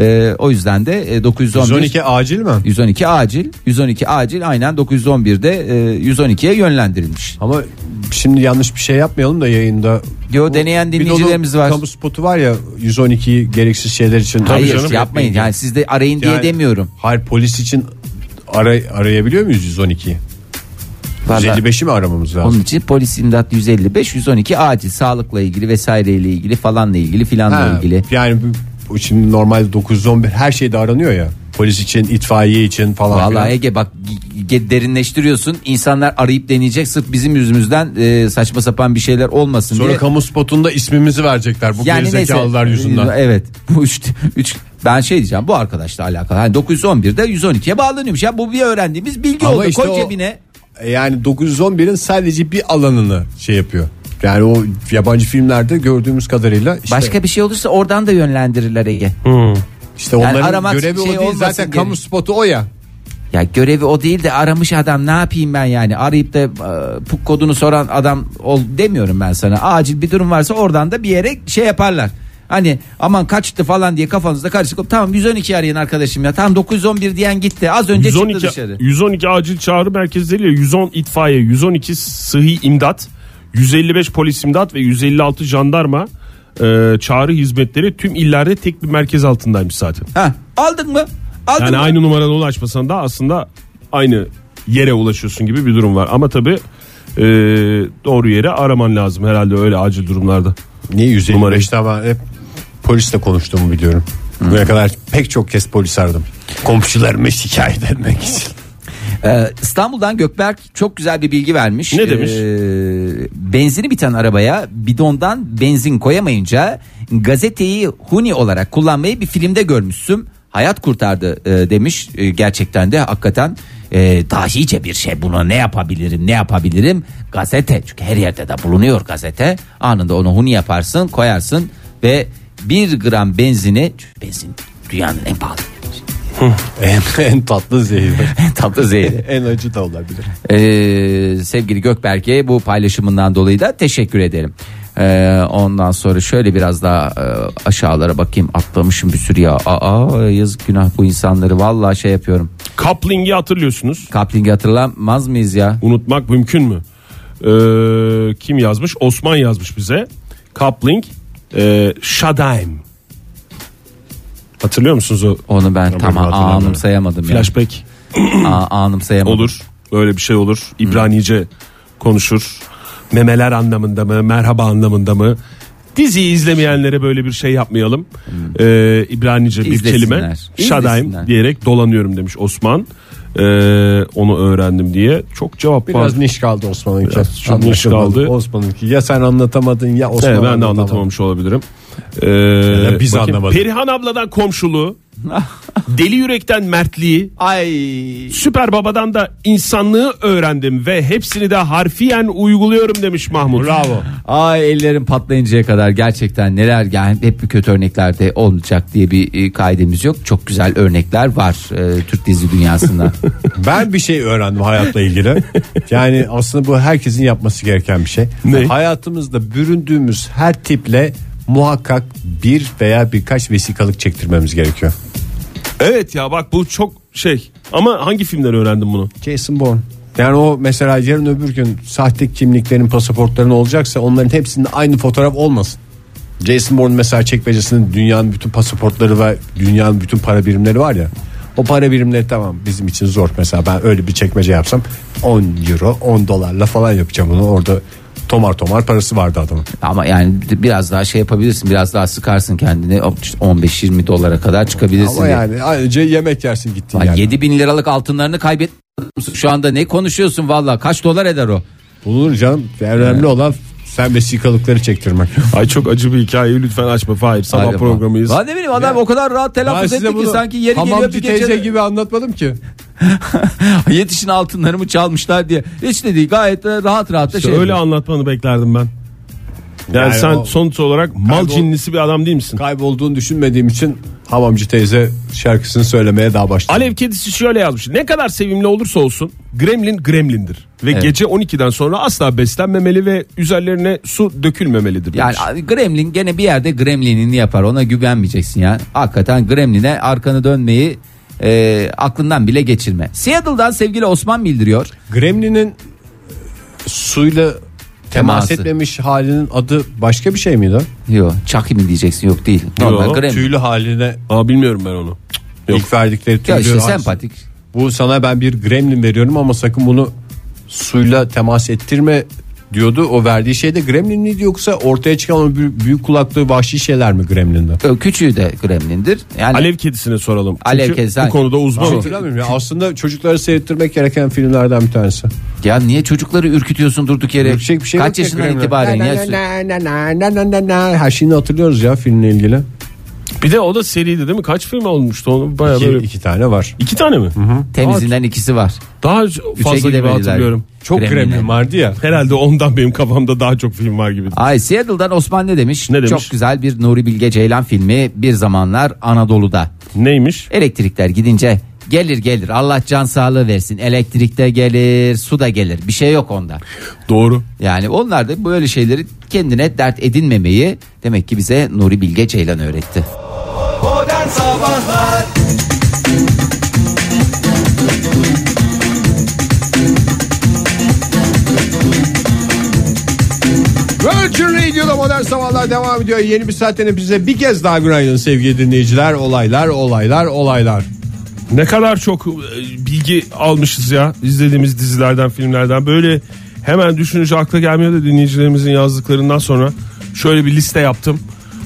[SPEAKER 3] E, o yüzden de e, 911
[SPEAKER 6] 112 acil mi?
[SPEAKER 3] 112 acil. 112 acil aynen 911'de e, 112'ye yönlendirilmiş.
[SPEAKER 6] Ama şimdi yanlış bir şey yapmayalım da yayında.
[SPEAKER 3] Yo,
[SPEAKER 6] Bu
[SPEAKER 3] deneyen
[SPEAKER 6] bir dolu
[SPEAKER 3] dinleyicilerimiz var.
[SPEAKER 6] Kamu spotu var ya 112 gereksiz şeyler için.
[SPEAKER 3] Hayır
[SPEAKER 4] canım,
[SPEAKER 3] yapmayın. Yani siz de arayın diye
[SPEAKER 6] Yani-
[SPEAKER 3] demiyorum.
[SPEAKER 6] Hayır polis için aray- arayabiliyor muyuz 112'yi?
[SPEAKER 3] Vallahi
[SPEAKER 6] 155'i mi aramamız lazım?
[SPEAKER 3] Onun için polis imdat 155 112 acil sağlıkla ilgili vesaireyle ilgili falanla ilgili filanla
[SPEAKER 6] Ha,
[SPEAKER 3] ilgili.
[SPEAKER 6] Yani bu- şimdi normal 911 her şeyde aranıyor ya. Polis için, itfaiye için falan. filan.
[SPEAKER 3] Vallahi e, Ege bak ge- derinleştiriyorsun. İnsanlar arayıp deneyecek sırf bizim yüzümüzden e, saçma sapan bir şeyler olmasın
[SPEAKER 6] Sonra
[SPEAKER 3] diye.
[SPEAKER 6] kamu spotunda ismimizi verecekler bu gerizekalılar
[SPEAKER 3] neyse. e,
[SPEAKER 6] yüzünden.
[SPEAKER 3] Evet. Bu üç, üç ben şey diyeceğim bu arkadaşla alakalı. Hani 911'de 112'ye bağlanıyormuş. Ya bu bir öğrendiğimiz bilgi
[SPEAKER 6] Ama
[SPEAKER 3] oldu.
[SPEAKER 6] işte
[SPEAKER 3] Koy
[SPEAKER 6] o- E,
[SPEAKER 3] cebine.
[SPEAKER 6] Yani 911'in sadece bir alanını şey yapıyor. Yani o yabancı filmlerde gördüğümüz kadarıyla işte,
[SPEAKER 3] Başka bir şey olursa oradan da yönlendirirler Ege.
[SPEAKER 6] Hmm. işte onların
[SPEAKER 3] yani aramak
[SPEAKER 6] görevi
[SPEAKER 3] şey
[SPEAKER 6] o değil
[SPEAKER 3] olmasın
[SPEAKER 6] zaten
[SPEAKER 3] gerek.
[SPEAKER 6] kamu spotu o ya.
[SPEAKER 3] Ya görevi o değil de aramış adam ne yapayım ben yani arayıp da e, puk kodunu soran adam ol demiyorum ben sana. Acil bir durum varsa oradan da bir yere şey yaparlar. Hani aman kaçtı falan diye kafanızda karışık. Tamam 112 arayın arkadaşım ya. Tamam 911 diyen gitti. Az önce çıktı
[SPEAKER 4] 112,
[SPEAKER 3] dışarı.
[SPEAKER 4] 112 acil çağrı merkezleriyle 110 itfaiye, 112 sıhhi imdat, 155 polis imdat ve 156 jandarma e, çağrı hizmetleri tüm illerde tek bir merkez altındaymış zaten.
[SPEAKER 3] Ha, aldın mı? Aldın
[SPEAKER 4] Yani
[SPEAKER 3] mı?
[SPEAKER 4] aynı numarada ulaşmasan da aslında aynı yere ulaşıyorsun gibi bir durum var. Ama tabii e, doğru yere araman lazım herhalde öyle acil durumlarda.
[SPEAKER 6] Niye 155
[SPEAKER 4] Numara.
[SPEAKER 6] işte ama hep polisle konuştuğumu biliyorum.
[SPEAKER 3] Hmm.
[SPEAKER 6] Bugüne kadar pek çok kez polis aradım. Komşularıma şikayet *laughs* etmek için.
[SPEAKER 3] Ee, İstanbul'dan Gökberk çok güzel bir bilgi vermiş.
[SPEAKER 4] Ne demiş?
[SPEAKER 3] Ee, benzini biten arabaya bidondan benzin koyamayınca gazeteyi huni olarak kullanmayı bir filmde görmüşsün. Hayat kurtardı e, demiş. E, gerçekten de hakikaten e, dahice bir şey. Buna ne yapabilirim ne yapabilirim? Gazete çünkü her yerde de bulunuyor gazete. Anında onu huni yaparsın koyarsın ve bir gram benzini çünkü benzin dünyanın en pahalı
[SPEAKER 6] en, en tatlı zehir.
[SPEAKER 3] *laughs* tatlı zehri.
[SPEAKER 6] en acı
[SPEAKER 3] *laughs*
[SPEAKER 6] da olabilir.
[SPEAKER 3] Ee, sevgili Gökberk'e bu paylaşımından dolayı da teşekkür ederim. Ee, ondan sonra şöyle biraz daha e, aşağılara bakayım atlamışım bir sürü ya. Aa yazık günah bu insanları vallahi şey yapıyorum.
[SPEAKER 4] Coupling'i hatırlıyorsunuz.
[SPEAKER 3] Kapling'i hatırlamaz mıyız ya?
[SPEAKER 4] Unutmak mümkün mü? Ee, kim yazmış? Osman yazmış bize. Coupling e, Shadaim. Hatırlıyor musunuz o
[SPEAKER 3] Onu ben tamam
[SPEAKER 4] hatırlamıyorum.
[SPEAKER 3] anımsayamadım ya.
[SPEAKER 4] flashback?
[SPEAKER 3] Aa, anımsayamadım.
[SPEAKER 4] Olur. Böyle bir şey olur. İbranice konuşur. Memeler anlamında mı? Merhaba anlamında mı? Diziyi izlemeyenlere böyle bir şey yapmayalım. Ee, İbranice bir
[SPEAKER 3] İzlesinler.
[SPEAKER 4] kelime. Shadaim
[SPEAKER 3] İzlesinler.
[SPEAKER 4] diyerek dolanıyorum demiş Osman. Ee, onu öğrendim diye. Çok cevap var.
[SPEAKER 6] Biraz niş kaldı Osman'ınki.
[SPEAKER 4] Biraz çok niş
[SPEAKER 6] Anlaşılmadı.
[SPEAKER 4] kaldı.
[SPEAKER 6] Osman'ınki. Ya sen anlatamadın ya Osman
[SPEAKER 4] Evet, ben de
[SPEAKER 6] anlatamadı.
[SPEAKER 4] anlatamamış olabilirim. Ee,
[SPEAKER 6] da biz
[SPEAKER 4] bakayım.
[SPEAKER 6] anlamadık.
[SPEAKER 4] Perihan abladan komşuluğu, deli yürekten mertliği,
[SPEAKER 3] Ay
[SPEAKER 4] süper babadan da insanlığı öğrendim ve hepsini de harfiyen uyguluyorum demiş Mahmut. Bravo.
[SPEAKER 3] Ay ellerim patlayıncaya kadar gerçekten neler yani hep bir kötü örneklerde olacak diye bir e, kaidemiz yok. Çok güzel örnekler var e, Türk dizi
[SPEAKER 4] *laughs*
[SPEAKER 3] dünyasında.
[SPEAKER 6] Ben bir şey öğrendim hayatla ilgili. Yani aslında bu herkesin yapması gereken bir şey.
[SPEAKER 4] Ne?
[SPEAKER 6] Hayatımızda büründüğümüz her tiple muhakkak bir veya birkaç vesikalık çektirmemiz gerekiyor.
[SPEAKER 4] Evet ya bak bu çok şey ama hangi filmden öğrendim bunu?
[SPEAKER 6] Jason Bourne. Yani o mesela yarın öbür gün sahte kimliklerin pasaportların olacaksa onların hepsinde aynı fotoğraf olmasın. Jason Bourne mesela çekmecesinin dünyanın bütün pasaportları ve dünyanın bütün para birimleri var ya. O para birimleri tamam bizim için zor. Mesela ben öyle bir çekmece yapsam 10 euro 10 dolarla falan yapacağım onu orada Tomar tomar parası vardı adamın.
[SPEAKER 3] Ama yani biraz daha şey yapabilirsin. Biraz daha sıkarsın kendini. O işte 15-20 dolara kadar çıkabilirsin.
[SPEAKER 6] Ama
[SPEAKER 3] diye.
[SPEAKER 6] yani ayrıca yemek yersin gittiğin
[SPEAKER 3] Lan
[SPEAKER 6] yerden.
[SPEAKER 3] 7 bin liralık altınlarını kaybet. Şu anda ne konuşuyorsun valla? Kaç dolar eder o?
[SPEAKER 6] Bulunur canım. Önemli olan sen vesikalıkları çektirmek.
[SPEAKER 4] Ay çok acı bir hikayeyi lütfen açma Fahir. Sabah
[SPEAKER 3] Galiba.
[SPEAKER 4] programıyız.
[SPEAKER 3] Lan ne bileyim adam o kadar rahat
[SPEAKER 6] Ben
[SPEAKER 3] telaffuz etti
[SPEAKER 6] size
[SPEAKER 3] ki
[SPEAKER 6] bunu
[SPEAKER 3] sanki yeri geliyor
[SPEAKER 6] hamamcı
[SPEAKER 3] bir
[SPEAKER 6] teyze
[SPEAKER 3] gece.
[SPEAKER 6] gibi anlatmadım ki.
[SPEAKER 3] *laughs* Yetişin altınlarımı çalmışlar diye. Hiç de değil gayet de rahat rahat da
[SPEAKER 4] İşte
[SPEAKER 3] şey.
[SPEAKER 4] öyle anlatmanı beklerdim ben. Yani,
[SPEAKER 6] Yani
[SPEAKER 4] sen
[SPEAKER 6] o-
[SPEAKER 4] sonuç olarak mal
[SPEAKER 6] Kaybol-
[SPEAKER 4] cinlisi bir adam değil misin?
[SPEAKER 6] Kaybolduğunu düşünmediğim için hamamcı teyze şarkısını söylemeye daha başladı.
[SPEAKER 4] Alev kedisi şöyle yazmış. Ne kadar sevimli olursa olsun gremlin gremlindir. Ve gece 12'den sonra asla beslenmemeli ve üzerlerine su dökülmemelidir.
[SPEAKER 3] Yani
[SPEAKER 4] demiş.
[SPEAKER 3] Gremlin gene bir yerde Gremlin'ini yapar. Ona güvenmeyeceksin ya. Hakikaten Gremlin'e arkanı dönmeyi e, aklından bile geçirme. Seattle'dan sevgili Osman bildiriyor.
[SPEAKER 6] Gremlin'in e, suyla temas
[SPEAKER 3] Teması.
[SPEAKER 6] etmemiş halinin adı başka bir şey miydi?
[SPEAKER 3] Yok Chucky mi diyeceksin yok değil. Normal
[SPEAKER 4] Yo,
[SPEAKER 3] Gremlin.
[SPEAKER 6] Tüylü haline
[SPEAKER 4] Aa, bilmiyorum ben onu.
[SPEAKER 6] ilk verdikleri tüylü.
[SPEAKER 3] Ya işte
[SPEAKER 6] hal-
[SPEAKER 3] sempatik.
[SPEAKER 6] Bu sana ben bir gremlin veriyorum ama sakın bunu suyla temas ettirme diyordu. O verdiği şey de gremlin miydi yoksa ortaya çıkan o büyük, büyük kulaklı vahşi şeyler mi gremlinde?
[SPEAKER 3] Ö, Küçüğü de Gremlin'dir. Yani
[SPEAKER 4] Alev kedisine soralım. Çünkü
[SPEAKER 3] Alev kedisi-
[SPEAKER 4] bu konuda uzman. o.
[SPEAKER 6] Hatırlamıyorum ya. Aslında çocuklara seyrettirmek gereken filmlerden bir tanesi.
[SPEAKER 3] ya niye çocukları ürkütüyorsun durduk yere?
[SPEAKER 6] Yapacak bir şey
[SPEAKER 3] Kaç
[SPEAKER 6] yok ya
[SPEAKER 3] yaşından
[SPEAKER 6] Gremlin.
[SPEAKER 3] itibaren
[SPEAKER 6] Na,
[SPEAKER 3] ya?
[SPEAKER 6] na, na, na, na, na, na, na. Her şeyini hatırlıyoruz ya filmle ilgili.
[SPEAKER 4] Bir de o da seriydi değil mi? Kaç film olmuştu onu? Bayağı
[SPEAKER 6] İki,
[SPEAKER 4] böyle...
[SPEAKER 6] iki tane var.
[SPEAKER 4] İki tane mi?
[SPEAKER 3] Temizinden ikisi var.
[SPEAKER 4] Daha fazla gibi
[SPEAKER 3] gidemediler.
[SPEAKER 4] hatırlıyorum.
[SPEAKER 6] Çok
[SPEAKER 3] Gremlin'e.
[SPEAKER 6] gremlin, vardı ya.
[SPEAKER 4] Herhalde ondan benim kafamda daha çok film var gibi.
[SPEAKER 3] Ay Seattle'dan Osman ne demiş?
[SPEAKER 4] Ne demiş?
[SPEAKER 3] Çok güzel bir Nuri Bilge Ceylan filmi bir zamanlar Anadolu'da.
[SPEAKER 4] Neymiş?
[SPEAKER 3] Elektrikler gidince gelir gelir Allah can sağlığı versin. Elektrikte gelir su da gelir bir şey yok onda.
[SPEAKER 4] Doğru.
[SPEAKER 3] Yani onlar da böyle şeyleri kendine dert edinmemeyi demek ki bize Nuri Bilge Ceylan öğretti.
[SPEAKER 7] Modern Sabahlar
[SPEAKER 6] Virgin Radio'da modern sabahlar devam ediyor. Yeni bir saatten hepinize bir kez daha günaydın sevgili dinleyiciler. Olaylar, olaylar, olaylar.
[SPEAKER 4] Ne kadar çok e, bilgi almışız ya izlediğimiz dizilerden filmlerden böyle hemen düşününce akla gelmiyor da dinleyicilerimizin yazdıklarından sonra şöyle bir liste yaptım.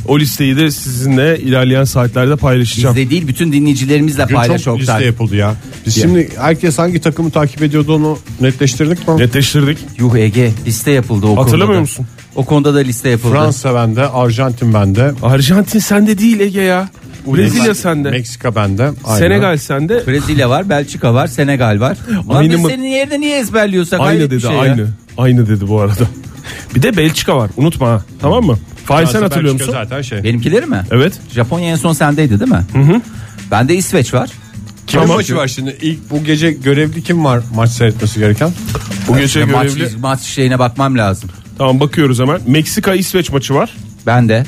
[SPEAKER 4] O listeyi de sizinle ilerleyen saatlerde paylaşacağım.
[SPEAKER 3] Bizde değil bütün dinleyicilerimizle
[SPEAKER 6] Bugün
[SPEAKER 3] paylaş
[SPEAKER 6] çok
[SPEAKER 3] Oktay.
[SPEAKER 6] liste yapıldı ya. Biz şimdi herkes hangi takımı takip ediyordu onu netleştirdik mi?
[SPEAKER 4] Netleştirdik.
[SPEAKER 3] Yuh Ege liste yapıldı o konuda
[SPEAKER 4] Hatırlamıyor
[SPEAKER 3] da.
[SPEAKER 4] musun?
[SPEAKER 3] O konuda da liste yapıldı.
[SPEAKER 6] Fransa bende, Arjantin bende,
[SPEAKER 4] Arjantin sende değil Ege ya. Brezilya sende.
[SPEAKER 6] Meksika bende. Aynen.
[SPEAKER 4] Senegal sende.
[SPEAKER 3] Brezilya var, Belçika var, Senegal
[SPEAKER 4] *laughs*
[SPEAKER 3] var. Lan
[SPEAKER 4] Aynı
[SPEAKER 3] biz
[SPEAKER 4] mı-
[SPEAKER 3] senin yerine niye ezberliyorsak?
[SPEAKER 4] Aynı
[SPEAKER 3] Hayret bir
[SPEAKER 4] dedi
[SPEAKER 3] şey ya.
[SPEAKER 4] aynı. Aynı dedi bu arada. Bir de Belçika var unutma ha. Tamam mı? Fahir sen
[SPEAKER 6] Fransa,
[SPEAKER 4] hatırlıyor
[SPEAKER 6] Belçika
[SPEAKER 4] musun?
[SPEAKER 6] Zaten şey.
[SPEAKER 3] Benimkileri mi?
[SPEAKER 4] Evet.
[SPEAKER 3] Japonya en son sendeydi değil mi? Hı hı. Bende İsveç var.
[SPEAKER 6] Kim
[SPEAKER 4] Tamam.
[SPEAKER 6] maçı var şimdi? İlk bu gece görevli kim var maç seyretmesi gereken?
[SPEAKER 4] Bu gece
[SPEAKER 3] Ya maç,
[SPEAKER 4] görevli.
[SPEAKER 3] maç şeyine bakmam lazım.
[SPEAKER 4] şey Tamam bakıyoruz hemen. Meksika İsveç maçı var.
[SPEAKER 3] Ben de.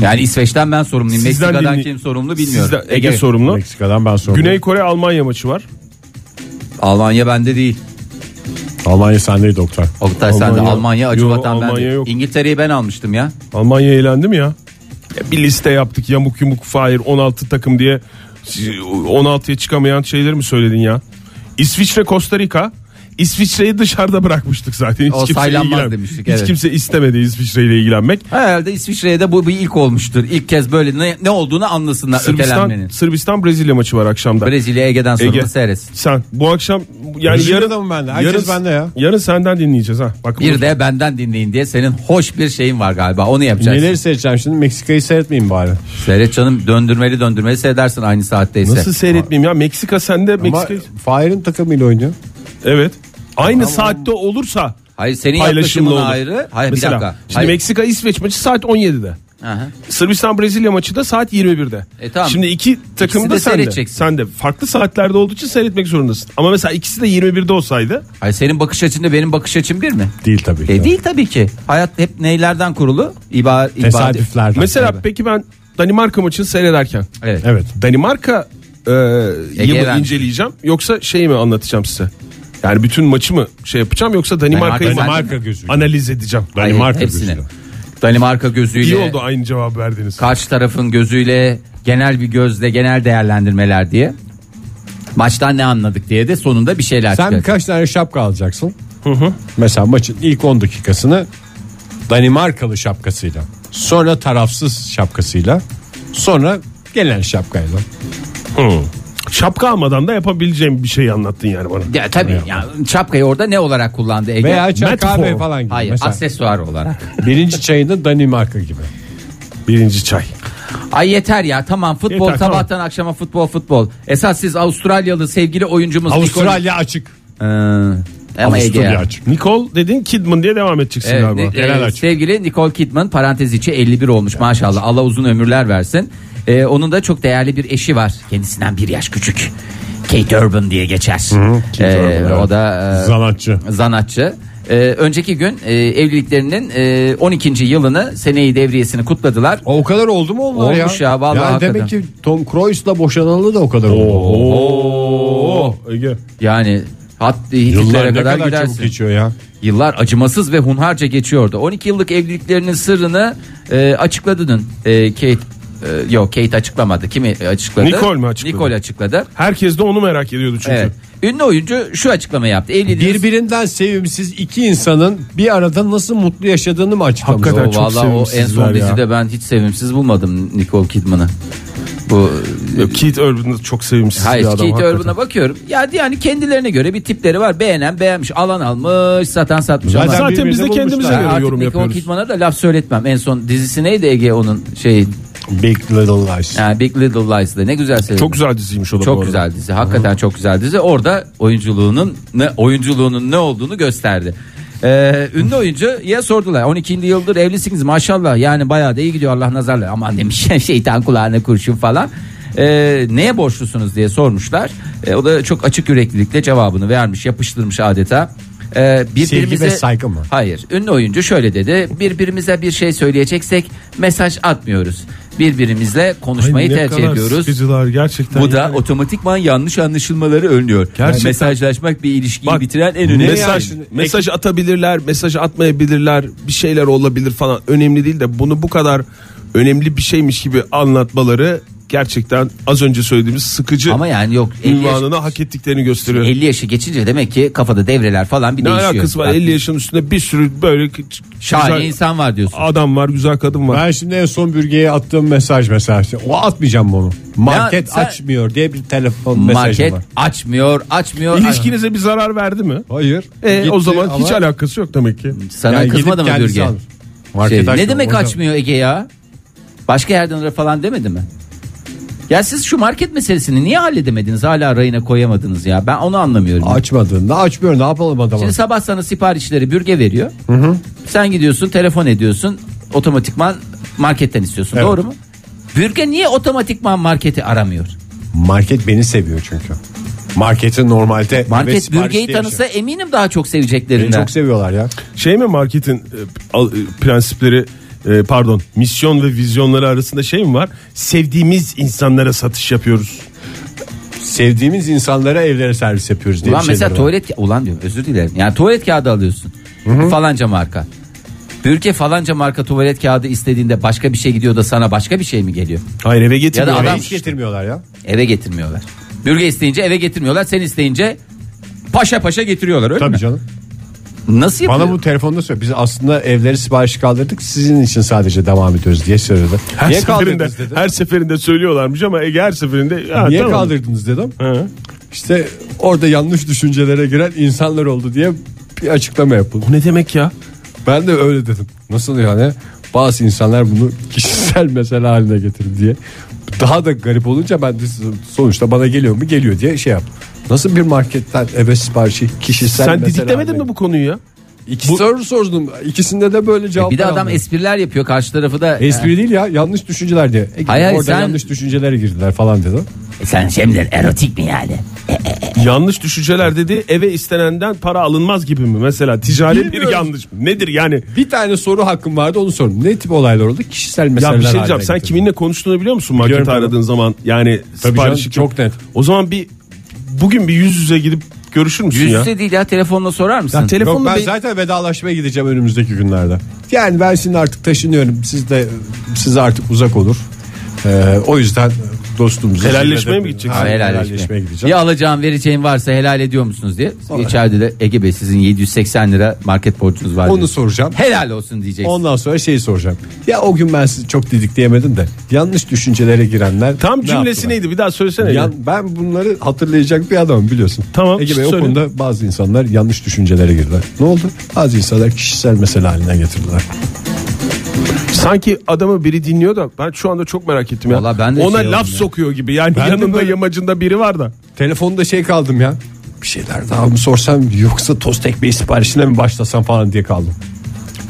[SPEAKER 3] Yani İsveç'ten ben sorumluyum.
[SPEAKER 4] Sizden
[SPEAKER 3] Meksika'dan
[SPEAKER 4] dinley-
[SPEAKER 3] kim sorumlu bilmiyorum.
[SPEAKER 4] Sizden- Ege, sorumlu.
[SPEAKER 6] Meksika'dan ben sorumluyum.
[SPEAKER 4] Güney Kore Almanya maçı var.
[SPEAKER 3] Almanya bende değil.
[SPEAKER 6] Almanya sendeydi doktor.
[SPEAKER 3] Oktay sende
[SPEAKER 4] Almanya-
[SPEAKER 3] Almanya, Acıbatan
[SPEAKER 4] Yo, Almanya
[SPEAKER 3] bende.
[SPEAKER 4] yok.
[SPEAKER 3] İngiltere'yi ben almıştım ya.
[SPEAKER 4] Almanya eğlendi mi ya? Ya Bir liste yaptık yamuk yumuk Fahir 16 takım diye 16'ya çıkamayan şeyleri mi söyledin ya? İsviçre Costa Rica. İsviçre'yi dışarıda bırakmıştık zaten. Hiç
[SPEAKER 3] O
[SPEAKER 4] kimse
[SPEAKER 3] saylanmaz
[SPEAKER 4] ilgilen-
[SPEAKER 3] demiştik,
[SPEAKER 4] Hiç
[SPEAKER 3] evet.
[SPEAKER 4] kimse istemedi İsviçre ile ilgilenmek.
[SPEAKER 3] Herhalde İsviçre'ye de bu bir ilk olmuştur. İlk kez böyle ne, ne olduğunu anlasınlar
[SPEAKER 4] Sırbistan,
[SPEAKER 3] ötelenmenin.
[SPEAKER 4] Sırbistan Brezilya maçı var akşamda.
[SPEAKER 3] Brezilya Ege'den sonra
[SPEAKER 4] Ege.
[SPEAKER 3] da seyretsin.
[SPEAKER 4] Sen bu akşam yani
[SPEAKER 6] Brezilya'da
[SPEAKER 4] yarın
[SPEAKER 6] mı bende? Herkes bende ya.
[SPEAKER 4] Yarın senden dinleyeceğiz ha. Bak
[SPEAKER 3] Bir de benden dinleyin diye senin hoş bir şeyin var galiba. Onu yapacaksın.
[SPEAKER 6] Neleri seyredeceğim şimdi? Meksika'yı seyretmeyeyim bari.
[SPEAKER 3] Seyret canım döndürmeli döndürmeli seyredersin aynı saatteyse.
[SPEAKER 4] Nasıl seyretmeyeyim ya? Meksika sende
[SPEAKER 6] Ama
[SPEAKER 4] Meksika.
[SPEAKER 6] Fahir'in takımıyla oynuyor.
[SPEAKER 4] Evet. Aynı saatte olursa
[SPEAKER 3] Hayır senin yaklaşımın
[SPEAKER 4] paylaşımlı olur.
[SPEAKER 3] ayrı. Hayır
[SPEAKER 4] Mesela,
[SPEAKER 3] bir dakika.
[SPEAKER 4] Şimdi
[SPEAKER 3] Hayır.
[SPEAKER 4] Meksika İsveç maçı saat 17'de.
[SPEAKER 3] Aha.
[SPEAKER 4] Sırbistan Brezilya maçı da saat 21'de.
[SPEAKER 3] E tamam.
[SPEAKER 4] Şimdi iki takım
[SPEAKER 3] de
[SPEAKER 4] da sende.
[SPEAKER 3] seyredeceksin.
[SPEAKER 4] Sen de farklı saatlerde olduğu için seyretmek zorundasın. Ama mesela ikisi de 21'de olsaydı
[SPEAKER 3] Hayır senin bakış açınla benim bakış açım bir mi?
[SPEAKER 6] Değil tabii
[SPEAKER 3] E, değil tabii ki. Hayat hep neylerden kurulu? İbar, ibar-
[SPEAKER 6] Tesadüflerden.
[SPEAKER 4] mesela peki ben Danimarka maçını seyrederken
[SPEAKER 3] Evet.
[SPEAKER 6] Evet.
[SPEAKER 4] Danimarka e, yılı
[SPEAKER 3] vermiş.
[SPEAKER 4] inceleyeceğim yoksa şeyi mi anlatacağım size? Yani bütün maçı mı şey yapacağım yoksa Danimarka'yı mı
[SPEAKER 3] Danimarka
[SPEAKER 6] Danimarka gözüyle.
[SPEAKER 4] analiz edeceğim?
[SPEAKER 3] Hayır,
[SPEAKER 6] Danimarka
[SPEAKER 3] hepsini.
[SPEAKER 6] gözüyle.
[SPEAKER 3] Danimarka
[SPEAKER 4] İyi
[SPEAKER 3] gözüyle.
[SPEAKER 4] oldu aynı cevabı verdiniz.
[SPEAKER 3] Karşı tarafın gözüyle genel bir gözle genel değerlendirmeler diye. Maçtan ne anladık diye de sonunda bir şeyler
[SPEAKER 6] Sen
[SPEAKER 3] çıkar.
[SPEAKER 6] birkaç tane şapka alacaksın. Mesela maçın ilk 10 dakikasını Danimarkalı şapkasıyla, sonra tarafsız şapkasıyla, sonra gelen şapkayla.
[SPEAKER 3] Hmm.
[SPEAKER 4] Hı. Şapka almadan da yapabileceğim bir şey anlattın yani bana.
[SPEAKER 3] Ya tabii ya, şapkayı orada ne olarak kullandı Ege?
[SPEAKER 6] Veya çay
[SPEAKER 4] metafor.
[SPEAKER 6] kahve falan gibi.
[SPEAKER 3] Hayır
[SPEAKER 6] Mesela
[SPEAKER 3] aksesuar olarak.
[SPEAKER 6] birinci *laughs* çayında Danimarka gibi.
[SPEAKER 4] Birinci çay.
[SPEAKER 3] Ay yeter ya tamam futbol
[SPEAKER 4] Yeter, tamam.
[SPEAKER 3] sabahtan akşama futbol futbol. Esas siz Avustralyalı sevgili oyuncumuz
[SPEAKER 6] Avustralya açık.
[SPEAKER 3] Nicole... Ee, ama Ege.
[SPEAKER 6] Avusturya
[SPEAKER 3] ya.
[SPEAKER 6] açık.
[SPEAKER 4] Nikol dedin Kidman diye devam edeceksin
[SPEAKER 3] Evet,
[SPEAKER 4] galiba.
[SPEAKER 3] ni- e,
[SPEAKER 6] Helal açık.
[SPEAKER 3] sevgili Nicole Kidman parantez içi 51 olmuş maşallah. Allah uzun ömürler versin. Ee, onun da çok değerli bir eşi var. Kendisinden bir yaş küçük. Kate Urban diye geçer. Ee,
[SPEAKER 6] Urban,
[SPEAKER 3] O da e,
[SPEAKER 6] Zanatçı.
[SPEAKER 3] zanatçı. Ee, önceki gün e, evliliklerinin e, 12. yılını seneyi devriyesini kutladılar.
[SPEAKER 6] O kadar oldu mu onlar
[SPEAKER 3] Olmuş ya, vallahi
[SPEAKER 6] yani demek
[SPEAKER 3] hakikaten.
[SPEAKER 6] ki Tom Cruise'la boşanalı da o kadar oldu.
[SPEAKER 4] Oo. Ege.
[SPEAKER 3] Yani hat
[SPEAKER 6] Yıllar
[SPEAKER 3] Hitler'e
[SPEAKER 6] ne
[SPEAKER 3] kadar,
[SPEAKER 6] kadar çabuk
[SPEAKER 3] gidersin.
[SPEAKER 6] geçiyor ya.
[SPEAKER 3] Yıllar acımasız ve hunharca geçiyordu. 12 yıllık evliliklerinin sırrını e, açıkladı dün. E, Kate e, yok Kate açıklamadı. Kimi açıkladı?
[SPEAKER 4] Nicole mi açıkladı?
[SPEAKER 3] Nicole açıkladı.
[SPEAKER 4] Herkes de onu merak ediyordu çünkü.
[SPEAKER 3] Evet. Ünlü oyuncu şu açıklama yaptı. Evliliğiniz
[SPEAKER 6] Birbirinden sevimsiz iki insanın bir arada nasıl mutlu yaşadığını mı açıklamış?
[SPEAKER 4] Hakikaten.
[SPEAKER 3] o,
[SPEAKER 4] çok
[SPEAKER 3] vallahi o en
[SPEAKER 4] sevimsizler
[SPEAKER 3] son
[SPEAKER 4] ya.
[SPEAKER 3] dizide ben hiç sevimsiz bulmadım Nicole Kidman'ı. Bu
[SPEAKER 4] Yok, Keith Urban da çok sevimsiz
[SPEAKER 3] Hayır
[SPEAKER 4] bir adam.
[SPEAKER 3] Keith
[SPEAKER 4] hakikaten.
[SPEAKER 3] Urban'a bakıyorum. Ya yani kendilerine göre bir tipleri var. Beğenen beğenmiş, alan almış, satan satmış. ama-
[SPEAKER 6] Zaten
[SPEAKER 4] Zaten biz de
[SPEAKER 6] birbirine
[SPEAKER 4] kendimize
[SPEAKER 6] bulmuşlar.
[SPEAKER 4] göre
[SPEAKER 3] Artık
[SPEAKER 4] yorum
[SPEAKER 3] Nicole
[SPEAKER 4] yapıyoruz.
[SPEAKER 3] Kidman'a da laf söyletmem. En son dizisi neydi Ege onun şey
[SPEAKER 6] Big Little Lies.
[SPEAKER 3] yani Big Little Lies'da ne güzel söyledi.
[SPEAKER 4] Çok güzel diziymiş o da bu
[SPEAKER 3] Çok
[SPEAKER 4] arada.
[SPEAKER 3] güzel dizi. Hakikaten çok güzel dizi. Orada oyunculuğunun ne oyunculuğunun ne olduğunu gösterdi. Ee, ünlü oyuncuya sordular 12. yıldır evlisiniz maşallah yani bayağı da iyi gidiyor Allah nazarla aman demiş *laughs* şeytan kulağına kurşun falan Ee, neye borçlusunuz diye sormuşlar Ee, o da çok açık yüreklilikle cevabını vermiş yapıştırmış adeta Ee, birbirimize
[SPEAKER 6] ve saygı mı?
[SPEAKER 3] Hayır. Ünlü oyuncu şöyle dedi. Birbirimize bir şey söyleyeceksek mesaj atmıyoruz. Birbirimizle konuşmayı
[SPEAKER 4] Ay, ne
[SPEAKER 3] tercih
[SPEAKER 4] kadar
[SPEAKER 3] ediyoruz.
[SPEAKER 4] sıkıcılar gerçekten.
[SPEAKER 3] Bu da
[SPEAKER 4] Yani.
[SPEAKER 3] otomatikman yanlış anlaşılmaları önlüyor.
[SPEAKER 4] Gerçekten.
[SPEAKER 3] Mesajlaşmak bir ilişkiyi
[SPEAKER 4] Bak,
[SPEAKER 3] bitiren en önemli
[SPEAKER 4] mesaj
[SPEAKER 3] şey.
[SPEAKER 4] mesaj atabilirler, mesaj atmayabilirler, bir şeyler olabilir falan. Önemli değil de bunu bu kadar önemli bir şeymiş gibi anlatmaları gerçekten az önce söylediğimiz sıkıcı
[SPEAKER 3] Ama yani yok 50, yaş,
[SPEAKER 4] ünvanını hak ettiklerini gösteriyor.
[SPEAKER 3] 50 yaşı geçince demek ki kafada devreler falan bir
[SPEAKER 4] ne
[SPEAKER 3] değişiyor.
[SPEAKER 4] alakası var
[SPEAKER 3] Bak,
[SPEAKER 4] 50 yaşın üstünde bir sürü böyle k-
[SPEAKER 3] Şahane
[SPEAKER 4] güzel
[SPEAKER 3] insan var diyorsun.
[SPEAKER 4] adam var, güzel kadın var.
[SPEAKER 6] Ben şimdi en son bürgeye attığım mesaj mesela işte, o atmayacağım bunu. Market
[SPEAKER 3] Ya sen-
[SPEAKER 6] açmıyor diye bir telefon mesajı
[SPEAKER 3] Market
[SPEAKER 6] var.
[SPEAKER 3] açmıyor, açmıyor.
[SPEAKER 4] İlişkinize bir zarar verdi mi?
[SPEAKER 6] Hayır.
[SPEAKER 4] E,
[SPEAKER 6] Gitti
[SPEAKER 4] o zaman
[SPEAKER 6] ama- Hmm.
[SPEAKER 4] hiç alakası yok demek ki.
[SPEAKER 3] Sana
[SPEAKER 6] Yani gidip
[SPEAKER 3] kızmadı mı
[SPEAKER 6] kendisi
[SPEAKER 3] Dürge?
[SPEAKER 6] alır.
[SPEAKER 3] Şey,
[SPEAKER 6] Market
[SPEAKER 3] ne
[SPEAKER 6] açmıyor.
[SPEAKER 3] demek
[SPEAKER 6] O zaman-
[SPEAKER 3] açmıyor Ege ya? Başka yerden ara falan demedi mi? Ya siz şu market meselesini niye halledemediniz? Hala rayına koyamadınız ya. Ben onu anlamıyorum. ya.
[SPEAKER 6] Açmadığında açmıyor ne yapalım adama.
[SPEAKER 3] Şimdi sabah sana siparişleri bürge veriyor. Sen gidiyorsun telefon ediyorsun. Otomatikman marketten istiyorsun.
[SPEAKER 6] Evet.
[SPEAKER 3] Doğru mu? Bürge niye otomatikman marketi aramıyor?
[SPEAKER 6] Market beni seviyor çünkü. Marketin normalde ve
[SPEAKER 3] Market
[SPEAKER 6] sipariş
[SPEAKER 3] bürgeyi
[SPEAKER 6] diye bir şey.
[SPEAKER 3] tanısa eminim daha çok
[SPEAKER 6] Beni
[SPEAKER 3] seveceklerinden.
[SPEAKER 6] çok seviyorlar ya.
[SPEAKER 4] Şey mi marketin e, al- e, prensipleri e, pardon misyon ve vizyonları arasında şey mi var? Sevdiğimiz insanlara satış yapıyoruz.
[SPEAKER 6] Sevdiğimiz insanlara evlere servis yapıyoruz diye
[SPEAKER 3] Ulan
[SPEAKER 6] bir şeyler
[SPEAKER 3] mesela
[SPEAKER 6] var.
[SPEAKER 3] tuvalet ka- ulan diyorum özür dilerim. Yani tuvalet kağıdı alıyorsun. Falanca marka. Bürge falanca marka tuvalet kağıdı istediğinde başka bir şey gidiyor da sana başka bir şey mi geliyor?
[SPEAKER 4] Hayır eve
[SPEAKER 3] Ya da
[SPEAKER 4] getirmiyor.
[SPEAKER 3] adam
[SPEAKER 6] Hiç getirmiyorlar ya.
[SPEAKER 3] eve getirmiyorlar. Bürge isteyince eve getirmiyorlar. Sen isteyince paşa paşa getiriyorlar öyle
[SPEAKER 6] Tabii
[SPEAKER 3] mi?
[SPEAKER 6] canım.
[SPEAKER 3] Nasıl yapıyor?
[SPEAKER 4] Ee,
[SPEAKER 6] Bana bu telefonda söyle. Biz aslında evleri sipariş kaldırdık. Sizin için sadece devam ediyoruz diye söyledi.
[SPEAKER 4] Her
[SPEAKER 6] Niye
[SPEAKER 4] seferinde,
[SPEAKER 6] kaldırdınız dedim.
[SPEAKER 4] her seferinde söylüyorlarmış ama Ege her seferinde ya,
[SPEAKER 6] Niye
[SPEAKER 4] tamam.
[SPEAKER 6] kaldırdınız dedim.
[SPEAKER 4] Hı.
[SPEAKER 6] İşte orada yanlış düşüncelere giren insanlar oldu diye bir açıklama yapıldı.
[SPEAKER 4] Bu ne demek ya?
[SPEAKER 6] Ben de öyle dedim. Nasıl yani? Bazı insanlar bunu kişisel mesele haline getirdi diye. Daha da garip olunca ben de sonuçta bana geliyor mu geliyor diye şey yap. Nasıl bir marketten eve siparişi kişisel
[SPEAKER 4] Sen
[SPEAKER 6] mesele
[SPEAKER 4] didiklemedin
[SPEAKER 6] haline-
[SPEAKER 4] mi bu konuyu ya?
[SPEAKER 6] İki soru sordum. İkisinde de böyle cevap
[SPEAKER 3] Bir de adam espriler yapıyor karşı tarafı da.
[SPEAKER 6] Espri değil ya yanlış düşünceler diye. E,
[SPEAKER 3] Hayır, hayır,
[SPEAKER 6] orada
[SPEAKER 3] sen-
[SPEAKER 6] yanlış düşüncelere girdiler falan dedi.
[SPEAKER 3] E, sen Cem'den erotik mi yani?
[SPEAKER 4] Yanlış düşünceler dedi eve istenenden para alınmaz gibi mi? Mesela ticari bir
[SPEAKER 6] Bilmiyorum.
[SPEAKER 4] yanlış mı? Nedir yani?
[SPEAKER 6] Bir tane soru hakkım vardı onu sordum. Ne tip olaylar oldu? Kişisel meseleler
[SPEAKER 4] Ya bir şey
[SPEAKER 6] haline
[SPEAKER 4] diyeceğim sen
[SPEAKER 6] getirdi.
[SPEAKER 4] kiminle konuştuğunu biliyor musun markete
[SPEAKER 6] Biliyorum,
[SPEAKER 4] aradığın zaman yani
[SPEAKER 6] Tabii
[SPEAKER 4] siparişi
[SPEAKER 6] canım,
[SPEAKER 4] kim-
[SPEAKER 6] çok net.
[SPEAKER 4] O zaman bir bugün bir yüz yüze gidip görüşür müsün
[SPEAKER 3] Yüz
[SPEAKER 4] ya?
[SPEAKER 3] yüze değil ya telefonla sorar mısın?
[SPEAKER 4] Ya telefonla
[SPEAKER 6] Yok ben
[SPEAKER 4] bir-
[SPEAKER 6] zaten vedalaşmaya gideceğim önümüzdeki günlerde. Yani ben şimdi artık taşınıyorum. Siz de siz artık uzak olur. Ee, o yüzden dostumuzu
[SPEAKER 4] Helalleşmeye
[SPEAKER 6] zirvede-
[SPEAKER 4] mi gideceksin?
[SPEAKER 6] Hayır,
[SPEAKER 3] Helalleşme.
[SPEAKER 6] helalleşmeye gideceğim.
[SPEAKER 3] şey. Ya alacağım vereceğim varsa helal ediyor musunuz diye. İçeride de Ege Bey sizin 780 lira market borcunuz var.
[SPEAKER 6] Onu
[SPEAKER 3] diyor.
[SPEAKER 6] soracağım.
[SPEAKER 3] Helal olsun diyeceksin.
[SPEAKER 6] Ondan sonra şeyi soracağım. Ya o gün ben sizi çok didikleyemedim de yanlış düşüncelere girenler
[SPEAKER 4] Tam
[SPEAKER 6] ne
[SPEAKER 4] cümlesi
[SPEAKER 6] yaptılar?
[SPEAKER 4] neydi bir daha söylesene.
[SPEAKER 6] Ya ben bunları hatırlayacak bir adamım biliyorsun.
[SPEAKER 4] Tamam,
[SPEAKER 6] Ege Bey o
[SPEAKER 4] söyle.
[SPEAKER 6] konuda bazı insanlar yanlış düşüncelere girdiler. Ne oldu? Bazı insanlar kişisel mesele haline getirdiler.
[SPEAKER 4] Sanki adamı biri dinliyor da ben şu anda çok merak ettim ya.
[SPEAKER 3] Valla ben de
[SPEAKER 4] Ona
[SPEAKER 3] şey
[SPEAKER 4] laf
[SPEAKER 3] oldum ya.
[SPEAKER 4] sokuyor gibi yani
[SPEAKER 6] Ben de
[SPEAKER 4] yanında
[SPEAKER 6] böyle-
[SPEAKER 4] yamacında biri var da.
[SPEAKER 6] Telefonda şey kaldım ya. Bir şeyler daha mı sorsam yoksa tost ekmeği siparişine mi başlasam falan diye kaldım.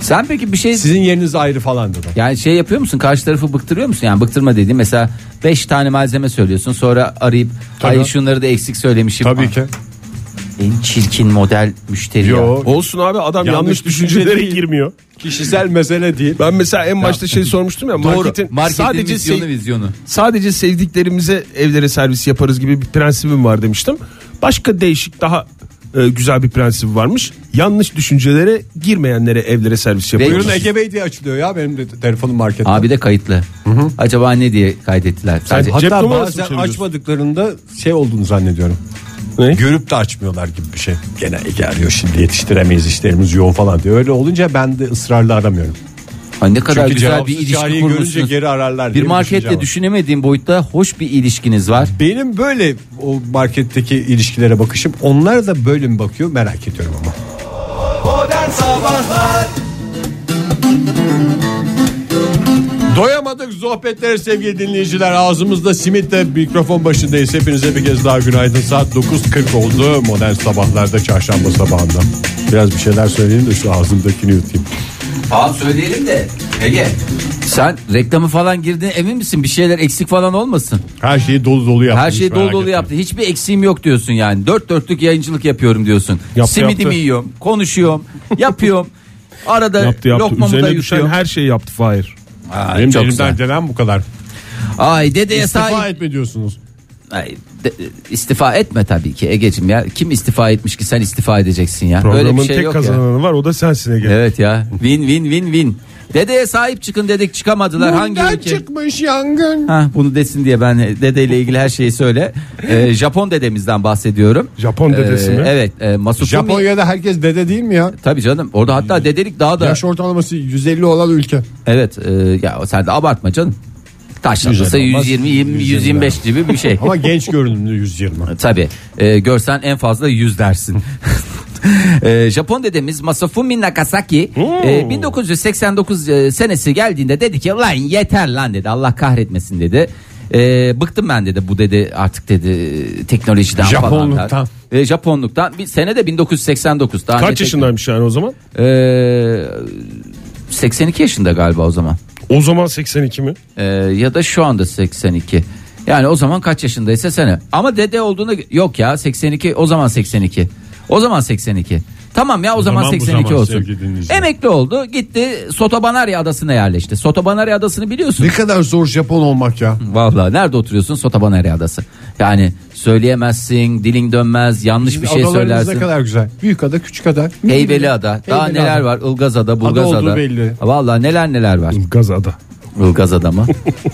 [SPEAKER 3] Sen peki bir şey
[SPEAKER 6] Sizin yeriniz ayrı falan dedim.
[SPEAKER 3] yani şey yapıyor musun? Karşı tarafı bıktırıyor musun? Yani bıktırma dediğim mesela 5 tane malzeme söylüyorsun. Sonra arayıp ay şunları da eksik söylemişim.
[SPEAKER 6] Tabii
[SPEAKER 3] Ah,
[SPEAKER 6] ki.
[SPEAKER 3] En çirkin model müşteri ya.
[SPEAKER 6] Yo,
[SPEAKER 4] Olsun abi adam yanlış,
[SPEAKER 6] Yanlış
[SPEAKER 4] düşüncelere girmiyor.
[SPEAKER 6] kişisel mesele değil.
[SPEAKER 4] Ben mesela en başta şey sormuştum ya
[SPEAKER 3] Doğru.
[SPEAKER 4] marketin,
[SPEAKER 3] Marketin
[SPEAKER 4] sadece
[SPEAKER 3] vizyonu
[SPEAKER 6] şey-
[SPEAKER 4] se-
[SPEAKER 3] vizyonu.
[SPEAKER 4] sadece sevdiklerimize evlere servis yaparız gibi bir prensibim var demiştim. Başka değişik daha e, güzel bir prensibi varmış. Yanlış düşüncelere girmeyenlere evlere servis yapıyoruz.
[SPEAKER 6] Buyurun Ege Bey diye açılıyor ya benim de telefonum markette.
[SPEAKER 3] Abi de kayıtlı. Acaba ne diye kaydettiler? Sadece
[SPEAKER 4] cep
[SPEAKER 6] Hatta
[SPEAKER 4] numarası mı
[SPEAKER 6] bazen
[SPEAKER 4] çeviriyorsun?
[SPEAKER 6] açmadıklarında şey olduğunu zannediyorum.
[SPEAKER 4] Ne?
[SPEAKER 6] Görüp de açmıyorlar gibi bir şey. Gene Ege arıyor şimdi yetiştiremeyiz işlerimiz yoğun falan diyor. Öyle olunca ben de ısrarla aramıyorum.
[SPEAKER 3] Ay ne kadar
[SPEAKER 6] Çünkü
[SPEAKER 3] güzel
[SPEAKER 6] cevapsız
[SPEAKER 3] bir ilişki
[SPEAKER 6] çareyi görünce
[SPEAKER 3] kurmuşsunuz.
[SPEAKER 6] geri ararlar
[SPEAKER 3] bir
[SPEAKER 6] diye bir düşünce
[SPEAKER 3] marketle
[SPEAKER 6] var.
[SPEAKER 3] düşünemediğim boyutta hoş bir ilişkiniz var.
[SPEAKER 6] Benim böyle o marketteki ilişkilere bakışım onlar da böyle mi bakıyor merak ediyorum ama.
[SPEAKER 7] Modern Sabahlar
[SPEAKER 6] Doyamadık sohbetlere sevgili dinleyiciler. Ağzımızda simitle mikrofon başındayız. Hepinize bir kez daha günaydın. Saat 9.40 oldu. Modern sabahlarda çarşamba sabahında. Biraz bir şeyler söyleyeyim de şu ağzımdakini yutayım.
[SPEAKER 3] Tamam söyleyelim de Ege. Sen reklamı falan girdin emin misin? Bir şeyler eksik falan olmasın.
[SPEAKER 6] Her şeyi dolu dolu yaptım.
[SPEAKER 3] Her
[SPEAKER 6] hiç
[SPEAKER 3] şey
[SPEAKER 6] merak
[SPEAKER 3] dolu dolu
[SPEAKER 6] etmeyin.
[SPEAKER 3] yaptı. Hiçbir eksiğim yok diyorsun yani. Dört dörtlük yayıncılık yapıyorum diyorsun.
[SPEAKER 4] Yaptı,
[SPEAKER 3] Simidimi
[SPEAKER 4] yaptı.
[SPEAKER 3] yiyorum, konuşuyorum,
[SPEAKER 6] *laughs*
[SPEAKER 3] yapıyorum. Arada
[SPEAKER 4] Yaptı yaptı.
[SPEAKER 3] lokmamı da
[SPEAKER 4] Üzerine düşen
[SPEAKER 3] yutuyorum.
[SPEAKER 4] her şeyi yaptı Fahir.
[SPEAKER 3] Ay,
[SPEAKER 6] Benim
[SPEAKER 3] çok
[SPEAKER 6] elimden
[SPEAKER 3] güzel.
[SPEAKER 6] gelen bu kadar.
[SPEAKER 3] Ay dedeye
[SPEAKER 6] İstifa
[SPEAKER 3] sahip.
[SPEAKER 6] etme diyorsunuz.
[SPEAKER 3] Ay, de- istifa etme tabii ki Ege'cim ya. Kim istifa etmiş ki sen istifa edeceksin ya. Böyle
[SPEAKER 4] Programın
[SPEAKER 3] bir şey
[SPEAKER 4] tek
[SPEAKER 3] yok ya.
[SPEAKER 4] kazananı var o da sensin Ege.
[SPEAKER 3] Evet ya. Win win win win. Dedeye sahip çıkın dedik çıkamadılar. Hangi ülke?
[SPEAKER 6] çıkmış yangın.
[SPEAKER 3] Ha, bunu desin diye ben dedeyle ilgili her şeyi söyle. Ee, Japon dedemizden bahsediyorum.
[SPEAKER 4] Japon dedesi
[SPEAKER 3] Ee,
[SPEAKER 4] mi?
[SPEAKER 3] Evet. E, Masufumi.
[SPEAKER 6] Japonya'da herkes dede değil mi ya?
[SPEAKER 3] Tabii canım. Orada hatta dedelik daha da.
[SPEAKER 6] Yaş ortalaması 150 olan ülke.
[SPEAKER 3] Evet. e, ya sen de abartma canım. Taşlanırsa
[SPEAKER 6] Güzel olmaz.
[SPEAKER 3] 120, 20, 125 gibi bir
[SPEAKER 4] *laughs*
[SPEAKER 3] şey.
[SPEAKER 6] Ama genç görünümlü 120.
[SPEAKER 3] Tabii. Ee, görsen en fazla 100 dersin. *laughs* Ee, Japon dedemiz Masafumi Nagasaki e, 1989 e, senesi geldiğinde dedi ki lan yeter lan dedi Allah kahretmesin dedi. Ee, bıktım ben dedi bu dedi artık dedi teknolojiden
[SPEAKER 6] Japonluktan.
[SPEAKER 3] falan. Ee, Japonluktan. Bir sene de 1989. Daha
[SPEAKER 4] Kaç
[SPEAKER 3] önce-
[SPEAKER 4] yaşındaymış yani o zaman?
[SPEAKER 3] Ee, 82 yaşında galiba o zaman.
[SPEAKER 4] O zaman 82 mi?
[SPEAKER 3] Ee, ya da şu anda 82. Yani o zaman kaç yaşındaysa sene. Ama dede olduğunda yok ya 82 o zaman 82. O zaman 82. Tamam ya o, zaman,
[SPEAKER 6] zaman bu
[SPEAKER 3] 82
[SPEAKER 6] zaman
[SPEAKER 3] olsun.
[SPEAKER 6] sevgili dinleyiciler.
[SPEAKER 3] Emekli oldu gitti Sotobanari adasına yerleşti. Sotobanari adasını biliyorsun.
[SPEAKER 6] *laughs* Ne kadar zor Japon olmak ya.
[SPEAKER 3] Vallahi nerede oturuyorsun Sotobanari adası. Yani söyleyemezsin dilin dönmez yanlış bir şey
[SPEAKER 6] Adalarınız ne
[SPEAKER 3] söylersin.
[SPEAKER 6] kadar güzel. Büyük ada küçük ada.
[SPEAKER 3] Heybeli ada. Daha
[SPEAKER 6] Heybeli
[SPEAKER 3] neler
[SPEAKER 6] ada.
[SPEAKER 3] var? Ilgazada, Bulgazada.
[SPEAKER 6] olduğu belli.
[SPEAKER 3] Vallahi neler neler var.
[SPEAKER 4] Gazada.
[SPEAKER 3] Ilgaz adamı.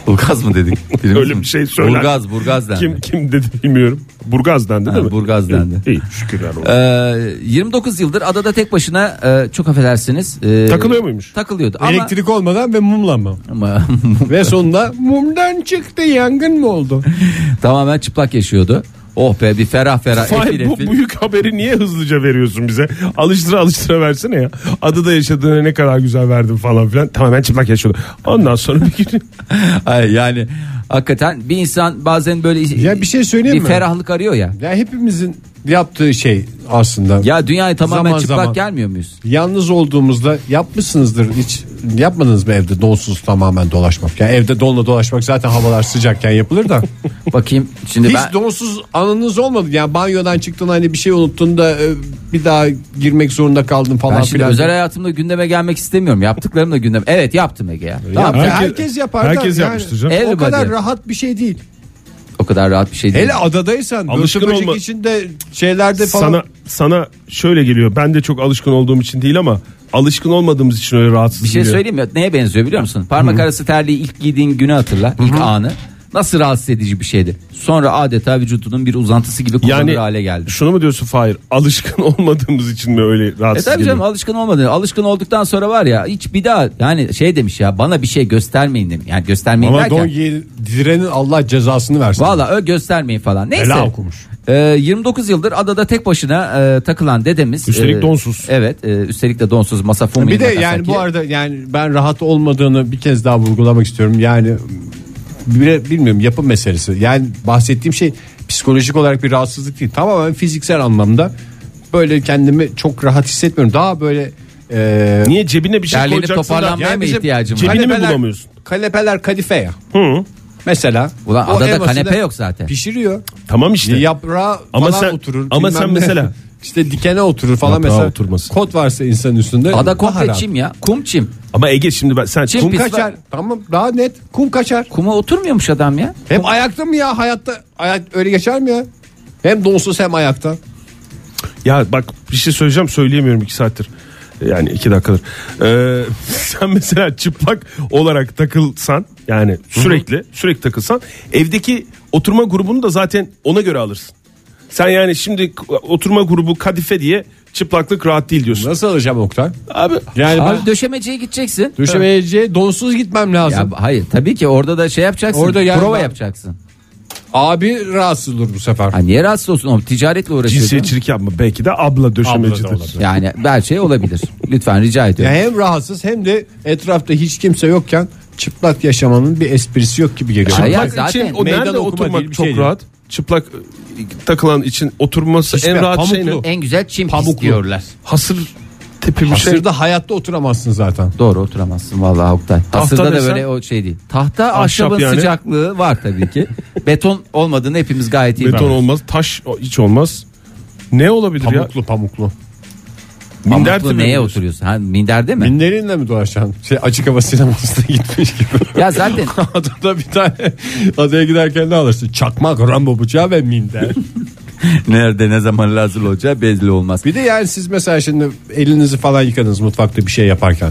[SPEAKER 3] Ilgaz mı dedik? Birimiz
[SPEAKER 4] Öyle
[SPEAKER 3] mi?
[SPEAKER 4] bir şey söyler.
[SPEAKER 3] Burgaz, Burgaz dendi.
[SPEAKER 4] Kim kim dedi bilmiyorum. Burgaz dendi
[SPEAKER 3] Ha,
[SPEAKER 4] değil mi?
[SPEAKER 3] Burgaz dendi.
[SPEAKER 4] İyi, iyi, şükürler olsun.
[SPEAKER 3] Ee, 29 yıldır adada tek başına e, çok affedersiniz. e,
[SPEAKER 4] Takılıyor muymuş?
[SPEAKER 3] Takılıyordu ama
[SPEAKER 6] Elektrik olmadan ve mumla mı?
[SPEAKER 3] ama
[SPEAKER 6] *laughs*
[SPEAKER 3] *laughs*
[SPEAKER 6] ve sonunda mumdan çıktı yangın mı oldu?
[SPEAKER 3] tamamen çıplak yaşıyordu. Oh be bir ferah ferah efil
[SPEAKER 4] Fahir bu
[SPEAKER 3] efil.
[SPEAKER 4] büyük haberi niye hızlıca veriyorsun bize? Alıştıra alıştıra versene ya. Adada yaşadığını ne kadar güzel verdin falan filan. Tamamen çıplak yaşıyordu. Ondan sonra bir gün
[SPEAKER 3] *laughs* *laughs* Ay, yani hakikaten bir insan bazen böyle
[SPEAKER 6] Ya bir şey söyleyeyim
[SPEAKER 3] bir
[SPEAKER 6] mi?
[SPEAKER 3] ferahlık arıyor ya.
[SPEAKER 6] Ya hepimizin yaptığı şey aslında.
[SPEAKER 3] Ya dünyaya tamamen
[SPEAKER 6] Zaman
[SPEAKER 3] çıplak
[SPEAKER 6] zaman.
[SPEAKER 3] gelmiyor muyuz?
[SPEAKER 6] Yalnız olduğumuzda yapmışsınızdır hiç yapmadınız mı evde donsuz tamamen dolaşmak? Ya evde donla dolaşmak zaten havalar sıcakken
[SPEAKER 3] *laughs*
[SPEAKER 6] yapılır da.
[SPEAKER 3] Bakayım şimdi
[SPEAKER 6] Hiç
[SPEAKER 3] E ben
[SPEAKER 6] donsuz anınız olmadı. Yani banyodan çıktın hani bir şey unuttun da e, bir daha girmek zorunda kaldın falan
[SPEAKER 3] ben şimdi
[SPEAKER 6] filan.
[SPEAKER 3] özel hayatımda gündeme gelmek istemiyorum. Yaptıklarım da gündem. Evet yaptım Ege ya.
[SPEAKER 6] Ya
[SPEAKER 3] Tamam.
[SPEAKER 6] herkes, yapar da
[SPEAKER 4] herkes
[SPEAKER 6] yani
[SPEAKER 4] yapmıştır canım.
[SPEAKER 6] O
[SPEAKER 3] Everybody.
[SPEAKER 6] kadar rahat bir şey değil.
[SPEAKER 3] O kadar rahat bir şey değil.
[SPEAKER 6] Hele adadaysan
[SPEAKER 4] Alışkın
[SPEAKER 6] alışkın böcek
[SPEAKER 4] olma-
[SPEAKER 6] içinde şeylerde falan.
[SPEAKER 4] sana sana şöyle geliyor. Ben de çok alışkın olduğum için değil ama alışkın olmadığımız için öyle rahatsız
[SPEAKER 3] Bir şey
[SPEAKER 4] geliyor.
[SPEAKER 3] söyleyeyim mi? Neye benziyor biliyor musun? Parmak arası terliği ilk giydiğin günü hatırla. ilk anı. Nasıl rahatsız edici bir şeydi. Sonra adeta vücudunun bir uzantısı gibi kullanır
[SPEAKER 4] Yani
[SPEAKER 3] hale geldi.
[SPEAKER 4] şunu mu diyorsun Fahir? Alışkın *laughs* olmadığımız için mi öyle
[SPEAKER 3] E
[SPEAKER 4] rahatsız
[SPEAKER 3] tabii canım
[SPEAKER 4] ediyor?
[SPEAKER 3] alışkın olmadı. Alışkın olduktan sonra var ya hiç bir daha yani şey demiş ya bana bir şey göstermeyin demiş. Yani göstermeyin
[SPEAKER 6] Ama
[SPEAKER 3] derken.
[SPEAKER 6] don giyin direnin Allah cezasını versin.
[SPEAKER 3] Valla ö göstermeyin falan. Neyse.
[SPEAKER 6] Bela okumuş.
[SPEAKER 3] Ee, 29 yıldır adada tek başına e, takılan dedemiz.
[SPEAKER 4] Üstelik
[SPEAKER 3] e,
[SPEAKER 4] donsuz.
[SPEAKER 3] Evet e, üstelik de donsuz. Masafumi
[SPEAKER 6] E, Bir de yani bu arada yani ben rahat olmadığını bir kez daha vurgulamak istiyorum. Yani bile bilmiyorum yapı meselesi. Yani bahsettiğim şey psikolojik olarak bir rahatsızlık değil. Tamamen fiziksel anlamda böyle kendimi çok rahat hissetmiyorum. Daha böyle e,
[SPEAKER 4] Niye cebine bir şey
[SPEAKER 3] Derlenip
[SPEAKER 4] koyacaksın da
[SPEAKER 3] toparlanmaya mı ihtiyacım var?
[SPEAKER 4] Cebini mi bulamıyorsun?
[SPEAKER 6] Kanepeler kadife ya. Mesela.
[SPEAKER 3] Ulan
[SPEAKER 6] o
[SPEAKER 3] adada
[SPEAKER 6] elmasını
[SPEAKER 3] kanepe yok zaten.
[SPEAKER 6] Pişiriyor.
[SPEAKER 4] Tamam işte.
[SPEAKER 6] Yaprağa
[SPEAKER 4] Ama
[SPEAKER 6] falan
[SPEAKER 4] sen-
[SPEAKER 6] oturur.
[SPEAKER 4] ama
[SPEAKER 6] bilmem
[SPEAKER 4] sen
[SPEAKER 6] ne. *laughs*
[SPEAKER 4] mesela-
[SPEAKER 6] işte dikene oturur falan
[SPEAKER 4] Yaprağa
[SPEAKER 6] mesela.
[SPEAKER 4] oturması.
[SPEAKER 6] Kot varsa insanın üstünde.
[SPEAKER 3] Ada
[SPEAKER 6] daha
[SPEAKER 3] komple
[SPEAKER 6] rahat.
[SPEAKER 3] çim ya. Kum çim.
[SPEAKER 4] Ama Ege şimdi ben, sen
[SPEAKER 3] Çim
[SPEAKER 6] Kum
[SPEAKER 3] pis var.
[SPEAKER 6] kaçar. Tamam daha net. Kum kaçar.
[SPEAKER 3] Kuma oturmuyormuş adam ya.
[SPEAKER 6] Hem ayakta mı ya hayatta? Ayak öyle geçer mi ya? Hem donsuz hem ayakta.
[SPEAKER 4] Ya bak bir şey söyleyeceğim söyleyemiyorum iki saattir. Yani iki dakikadır. Ee, *laughs* sen mesela çıplak olarak takılsan yani sürekli sürekli takılsan evdeki oturma grubunu da zaten ona göre alırsın. Sen yani şimdi k- oturma grubu kadife diye çıplaklık rahat değil diyorsun.
[SPEAKER 6] Nasıl alacağım Oktay?
[SPEAKER 4] Abi
[SPEAKER 2] E
[SPEAKER 6] Yani
[SPEAKER 3] Abi
[SPEAKER 6] ben
[SPEAKER 3] döşemeciye gideceksin.
[SPEAKER 6] döşemeyeceğe donsuz gitmem
[SPEAKER 3] Ya
[SPEAKER 6] lazım.
[SPEAKER 3] hayır tabii ki orada da şey yapacaksın.
[SPEAKER 6] Orada yani
[SPEAKER 3] prova
[SPEAKER 6] ben-
[SPEAKER 3] yapacaksın.
[SPEAKER 6] Abi rahatsız olur bu sefer.
[SPEAKER 3] Ha niye rahatsız olsun oğlum ticaretle uğraşıyor. canım.
[SPEAKER 4] cinsiyetçilik yapma belki de abla döşemecidir.
[SPEAKER 6] Abla da olabilir.
[SPEAKER 3] Yani her şey olabilir. Lütfen rica
[SPEAKER 6] Ya
[SPEAKER 3] ediyorum.
[SPEAKER 6] hem rahatsız hem de etrafta hiç kimse yokken çıplak yaşamanın bir esprisi yok gibi geliyor.
[SPEAKER 3] Ya
[SPEAKER 4] Çıplak
[SPEAKER 3] ya
[SPEAKER 4] için
[SPEAKER 3] zaten
[SPEAKER 4] o
[SPEAKER 6] meydan
[SPEAKER 4] nerede
[SPEAKER 6] okuma
[SPEAKER 4] oturmak
[SPEAKER 6] değil, bir
[SPEAKER 4] çok
[SPEAKER 6] şey değil.
[SPEAKER 4] rahat. Çıplak e, takılan için oturması
[SPEAKER 6] Hiçbir-
[SPEAKER 4] en rahat şey ne?
[SPEAKER 6] pamuklu.
[SPEAKER 3] En güzel çim
[SPEAKER 6] Pamuklu.
[SPEAKER 3] pis diyorlar.
[SPEAKER 4] Hasır tipi bir şey.
[SPEAKER 6] Sırda hayatta oturamazsın zaten.
[SPEAKER 3] Doğru oturamazsın vallahi Oktay. Tahtada da
[SPEAKER 4] desen-
[SPEAKER 3] böyle o şey değil. Tahta ahşabın
[SPEAKER 4] yani.
[SPEAKER 3] sıcaklığı var tabii ki. Beton olmadığını hepimiz gayet iyi
[SPEAKER 4] Beton
[SPEAKER 3] biliyoruz.
[SPEAKER 4] olmaz, taş o- hiç olmaz. Ne olabilir
[SPEAKER 6] Pamuklu pamuklu.
[SPEAKER 3] Pamuklu
[SPEAKER 4] ya? Minder tırmanıyorsun.
[SPEAKER 3] neye oturuyorsun? Ha, minderde mi?
[SPEAKER 6] Minderinle mi dolaşacaksın? Şey, açık hava sinemasına *laughs* gitmiş gibi.
[SPEAKER 3] ya zaten
[SPEAKER 6] Adada bir tane adaya giderken ne alırsın? Çakmak, rambo bıçağı ve minder.
[SPEAKER 3] nerede ne zaman lazım olacağı belli olmaz.
[SPEAKER 6] *laughs* Bir de yani siz mesela şimdi elinizi falan yıkadınız mutfakta bir şey yaparken.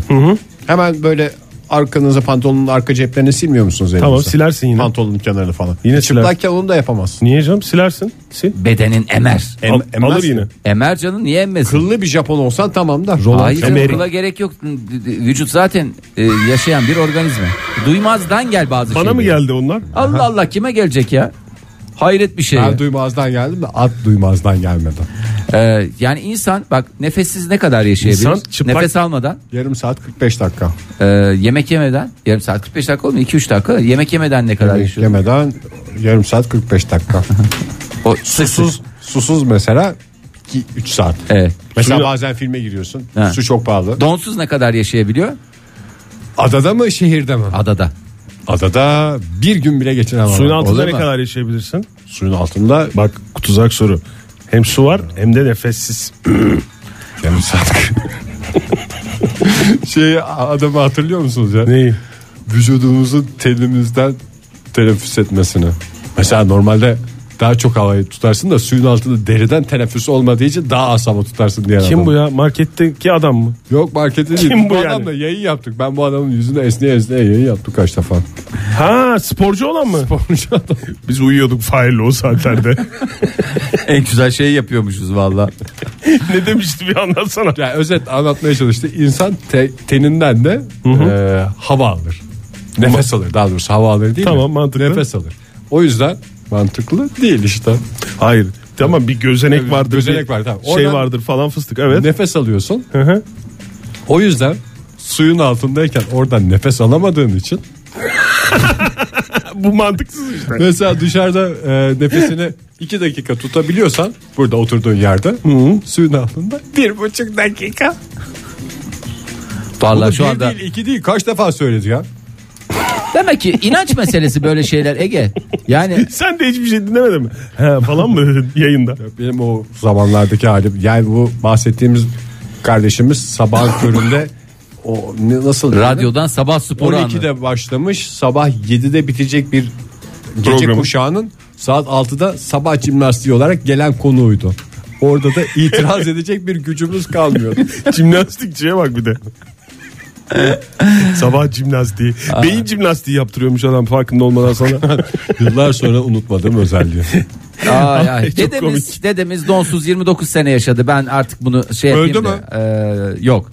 [SPEAKER 6] Hemen böyle arkanıza pantolonun arka ceplerine silmiyor musunuz elinizi?
[SPEAKER 4] Tamam, silersin yine.
[SPEAKER 6] Pantolonun kenarını falan.
[SPEAKER 4] Yine
[SPEAKER 6] Çıplakken onu da yapamazsın.
[SPEAKER 4] Niye canım silersin? Sil.
[SPEAKER 3] Bedenin emer.
[SPEAKER 6] Em-
[SPEAKER 4] Al-
[SPEAKER 6] emmez
[SPEAKER 4] alır
[SPEAKER 6] mi?
[SPEAKER 4] yine.
[SPEAKER 3] Emer canım niye emmesin?
[SPEAKER 6] Kıllı bir Japon olsan tamam da.
[SPEAKER 3] Hayır canım,
[SPEAKER 4] Emeri.
[SPEAKER 3] kıla gerek yok. Vücut zaten e, yaşayan bir organizma. Duymazdan gel bazı
[SPEAKER 4] Bana
[SPEAKER 3] şeyleri.
[SPEAKER 4] mı geldi onlar?
[SPEAKER 3] Allah Allah kime gelecek ya? Hayret bir şey. ya.
[SPEAKER 6] Ben duymazdan geldim de at duymazdan gelmedi.
[SPEAKER 3] Ee, yani insan bak nefessiz ne kadar yaşayabilir?
[SPEAKER 4] İnsan çıplak-
[SPEAKER 3] Nefes almadan,
[SPEAKER 6] Yarım saat 45 dakika.
[SPEAKER 3] e, yemek yemeden, yarım saat 45 dakika olmuyor 2-3 dakika. Yemek yemeden ne kadar yaşıyor?
[SPEAKER 6] Yemeden yarım saat
[SPEAKER 4] *laughs*
[SPEAKER 6] 45 dakika.
[SPEAKER 3] O sık sık.
[SPEAKER 6] susuz, susuz mesela 3 saat.
[SPEAKER 3] Evet.
[SPEAKER 6] Mesela
[SPEAKER 4] Suyu-
[SPEAKER 6] bazen filme giriyorsun.
[SPEAKER 3] Ha.
[SPEAKER 6] Su çok pahalı.
[SPEAKER 3] Donsuz ne kadar yaşayabiliyor?
[SPEAKER 6] Adada mı şehirde mi?
[SPEAKER 3] Adada.
[SPEAKER 6] Adada bir gün bile geçiremem.
[SPEAKER 4] Suyun
[SPEAKER 6] Olur
[SPEAKER 4] altında ne
[SPEAKER 6] mu?
[SPEAKER 4] kadar yaşayabilirsin?
[SPEAKER 6] Suyun altında
[SPEAKER 4] Bak tuzak soru. Hem su var hem de nefessiz.
[SPEAKER 6] Yarım saat. şey adamı hatırlıyor musunuz ya?
[SPEAKER 4] Neyi?
[SPEAKER 6] Vücudumuzun telimizden teneffüs etmesini. Mesela normalde daha çok havayı tutarsın da suyun altında deriden teneffüs olmadığı için daha az hava tutarsın diye.
[SPEAKER 4] Kim bu ya? Marketteki adam mı?
[SPEAKER 6] Yok markete değil.
[SPEAKER 4] Kim
[SPEAKER 6] Biz
[SPEAKER 4] bu
[SPEAKER 6] bu
[SPEAKER 4] yani?
[SPEAKER 6] adamla yayın yaptık. Ben bu adamın yüzüne esneye esneye yayın yaptık kaç defa.
[SPEAKER 4] Ha sporcu olan mı? Sporcu adam. *laughs* Biz uyuyorduk Fahir'le o saatlerde.
[SPEAKER 3] en güzel şeyi yapıyormuşuz valla.
[SPEAKER 4] *laughs* ne demişti bir anlatsana.
[SPEAKER 6] Yani özet anlatmaya çalıştı. İnsan te- teninden de e, hava alır. Nefes alır daha doğrusu hava alır değil mi?
[SPEAKER 4] Tamam, mantıklı.
[SPEAKER 6] Nefes alır. O yüzden mantıklı değil işte.
[SPEAKER 4] Hayır. Tamam bir gözenek
[SPEAKER 6] Evet,
[SPEAKER 4] vardır.
[SPEAKER 6] gözenek
[SPEAKER 4] bir
[SPEAKER 6] var, tamam.
[SPEAKER 4] Şey
[SPEAKER 6] Oradan-
[SPEAKER 4] vardır falan fıstık evet.
[SPEAKER 6] Nefes alıyorsun.
[SPEAKER 4] Hı hı.
[SPEAKER 6] O yüzden suyun altındayken oradan nefes alamadığın için
[SPEAKER 4] *laughs* Bu mantıksız işte.
[SPEAKER 6] mesela dışarıda e, nefesini iki dakika tutabiliyorsan burada oturduğun yerde suyun altında bir buçuk dakika.
[SPEAKER 3] Valla
[SPEAKER 6] Bunu
[SPEAKER 3] şu
[SPEAKER 6] bir
[SPEAKER 3] anda.
[SPEAKER 6] değil iki değil kaç defa söyledi ya.
[SPEAKER 3] Demek ki inanç meselesi böyle şeyler Ege. Yani
[SPEAKER 4] *laughs* Sen de hiçbir şey dinlemedin mi? He, falan mı dedin yayında?
[SPEAKER 6] Benim o zamanlardaki halim yani bu bahsettiğimiz kardeşimiz
[SPEAKER 3] *laughs*
[SPEAKER 6] sabah köründe o ne- nasıl dedi?
[SPEAKER 3] radyodan sabah sporu anı.
[SPEAKER 6] 12'de başlamış sabah 7'de bitecek bir gece
[SPEAKER 4] Programı.
[SPEAKER 6] kuşağının saat 6'da sabah jimnastiği olarak gelen konuydu.
[SPEAKER 4] *laughs*
[SPEAKER 6] Orada da itiraz edecek bir gücümüz kalmıyordu. *laughs*
[SPEAKER 4] Jimnastikçiye bak bir de. Sabah jimnastiği. Beyin jimnastiği yaptırıyormuş adam farkında
[SPEAKER 6] *laughs*
[SPEAKER 4] olmadan sana.
[SPEAKER 6] Yıllar sonra unutmadığım özelliği.
[SPEAKER 3] Ay, ay.
[SPEAKER 4] Çok
[SPEAKER 3] dedemiz,
[SPEAKER 4] komik.
[SPEAKER 3] dedemiz donsuz 29 sene yaşadı. Ben artık bunu şey
[SPEAKER 6] Öldü
[SPEAKER 3] yapayım da. Ee, yok.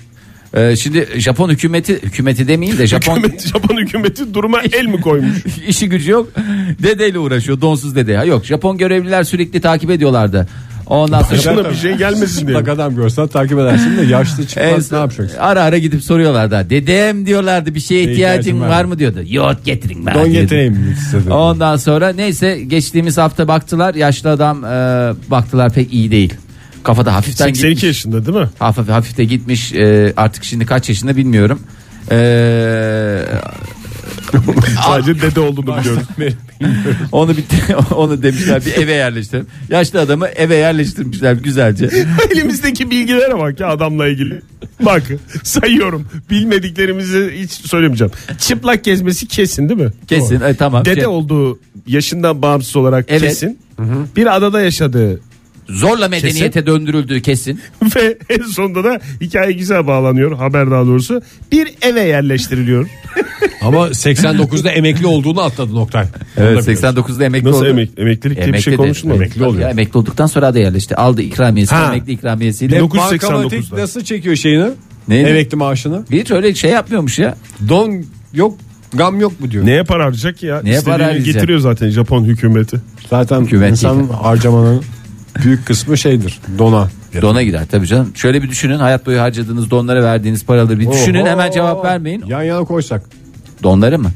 [SPEAKER 3] Ee, şimdi Japon hükümeti hükümeti demeyeyim de Japon
[SPEAKER 4] Hükümet, Japon hükümeti duruma el mi koymuş?
[SPEAKER 3] *laughs* işi gücü yok. Dedeyle uğraşıyor donsuz dede. Ha yok Japon görevliler sürekli takip ediyorlardı. Ondan sonra
[SPEAKER 4] Başına bir şey gelmesin diye.
[SPEAKER 6] Bak adam görsen takip edersin de yaşlı
[SPEAKER 3] En
[SPEAKER 6] çıkmaz
[SPEAKER 3] son-
[SPEAKER 6] ne yapacaksın?
[SPEAKER 3] ara ara gidip soruyorlardı. Dedem diyorlardı bir şeye ihtiyacın
[SPEAKER 6] ihtiyacın var
[SPEAKER 3] var
[SPEAKER 6] mı?
[SPEAKER 3] mı diyordu. Yoğurt getirin bana.
[SPEAKER 6] Don
[SPEAKER 3] diyordu.
[SPEAKER 6] yeteneğim istedim.
[SPEAKER 3] Ondan sonra neyse geçtiğimiz hafta baktılar yaşlı adam e, baktılar pek iyi değil. Kafada hafiften
[SPEAKER 4] 82
[SPEAKER 3] gitmiş.
[SPEAKER 4] yaşında değil mi?
[SPEAKER 3] Hafif, hafif de gitmiş e, artık şimdi kaç yaşında bilmiyorum. E,
[SPEAKER 4] Sadece dede olduğunu biliyoruz.
[SPEAKER 3] onu bir *laughs* onu demişler bir eve yerleştirelim. Yaşlı adamı eve yerleştirmişler güzelce.
[SPEAKER 4] *laughs* Elimizdeki bilgilere bak ya adamla ilgili. Bak sayıyorum. Bilmediklerimizi hiç söylemeyeceğim. Çıplak gezmesi kesin değil mi?
[SPEAKER 3] Kesin
[SPEAKER 4] Doğru.
[SPEAKER 3] e, tamam.
[SPEAKER 4] Dede
[SPEAKER 3] Şey-
[SPEAKER 4] olduğu yaşından bağımsız olarak
[SPEAKER 3] Evet.
[SPEAKER 4] kesin. Bir adada yaşadığı *laughs*
[SPEAKER 3] zorla medeniyete döndürüldüğü kesin.
[SPEAKER 4] ve en sonunda da hikaye güzel bağlanıyor haber daha doğrusu. Bir eve yerleştiriliyor.
[SPEAKER 6] Ama *laughs* 89'da emekli olduğunu atladı Oktay.
[SPEAKER 3] Evet 89'da emekli
[SPEAKER 4] *laughs* Nasıl
[SPEAKER 3] oldu.
[SPEAKER 4] emek, emeklilik diye bir şey
[SPEAKER 3] de-
[SPEAKER 4] konuşulmuyor.
[SPEAKER 3] Tabii ya, emekli olduktan sonra da yerleşti. Aldı ikramiyesini,
[SPEAKER 4] Ha.
[SPEAKER 3] emekli ikramiyesiyle.
[SPEAKER 4] Yok. 1989'da.
[SPEAKER 6] Bankamatik nasıl çekiyor şeyini?
[SPEAKER 3] Neydi?
[SPEAKER 6] Emekli maaşını.
[SPEAKER 3] Hiç öyle şey yapmıyormuş ya.
[SPEAKER 6] Don yok gam yok mu diyor.
[SPEAKER 4] Neye para harcayacak ki ya?
[SPEAKER 3] Neye
[SPEAKER 4] İstediğini
[SPEAKER 3] para harcayacak?
[SPEAKER 4] getiriyor zaten Japon hükümeti.
[SPEAKER 6] Zaten
[SPEAKER 3] Güvenlik.
[SPEAKER 6] insan harcamanın büyük kısmı şeydir dona.
[SPEAKER 3] Dona gider tabii canım. Şöyle bir düşünün hayat boyu harcadığınız donlara verdiğiniz paraları bir düşünün
[SPEAKER 6] Oho.
[SPEAKER 3] hemen cevap vermeyin.
[SPEAKER 6] Yan yana koysak
[SPEAKER 3] Donları mı?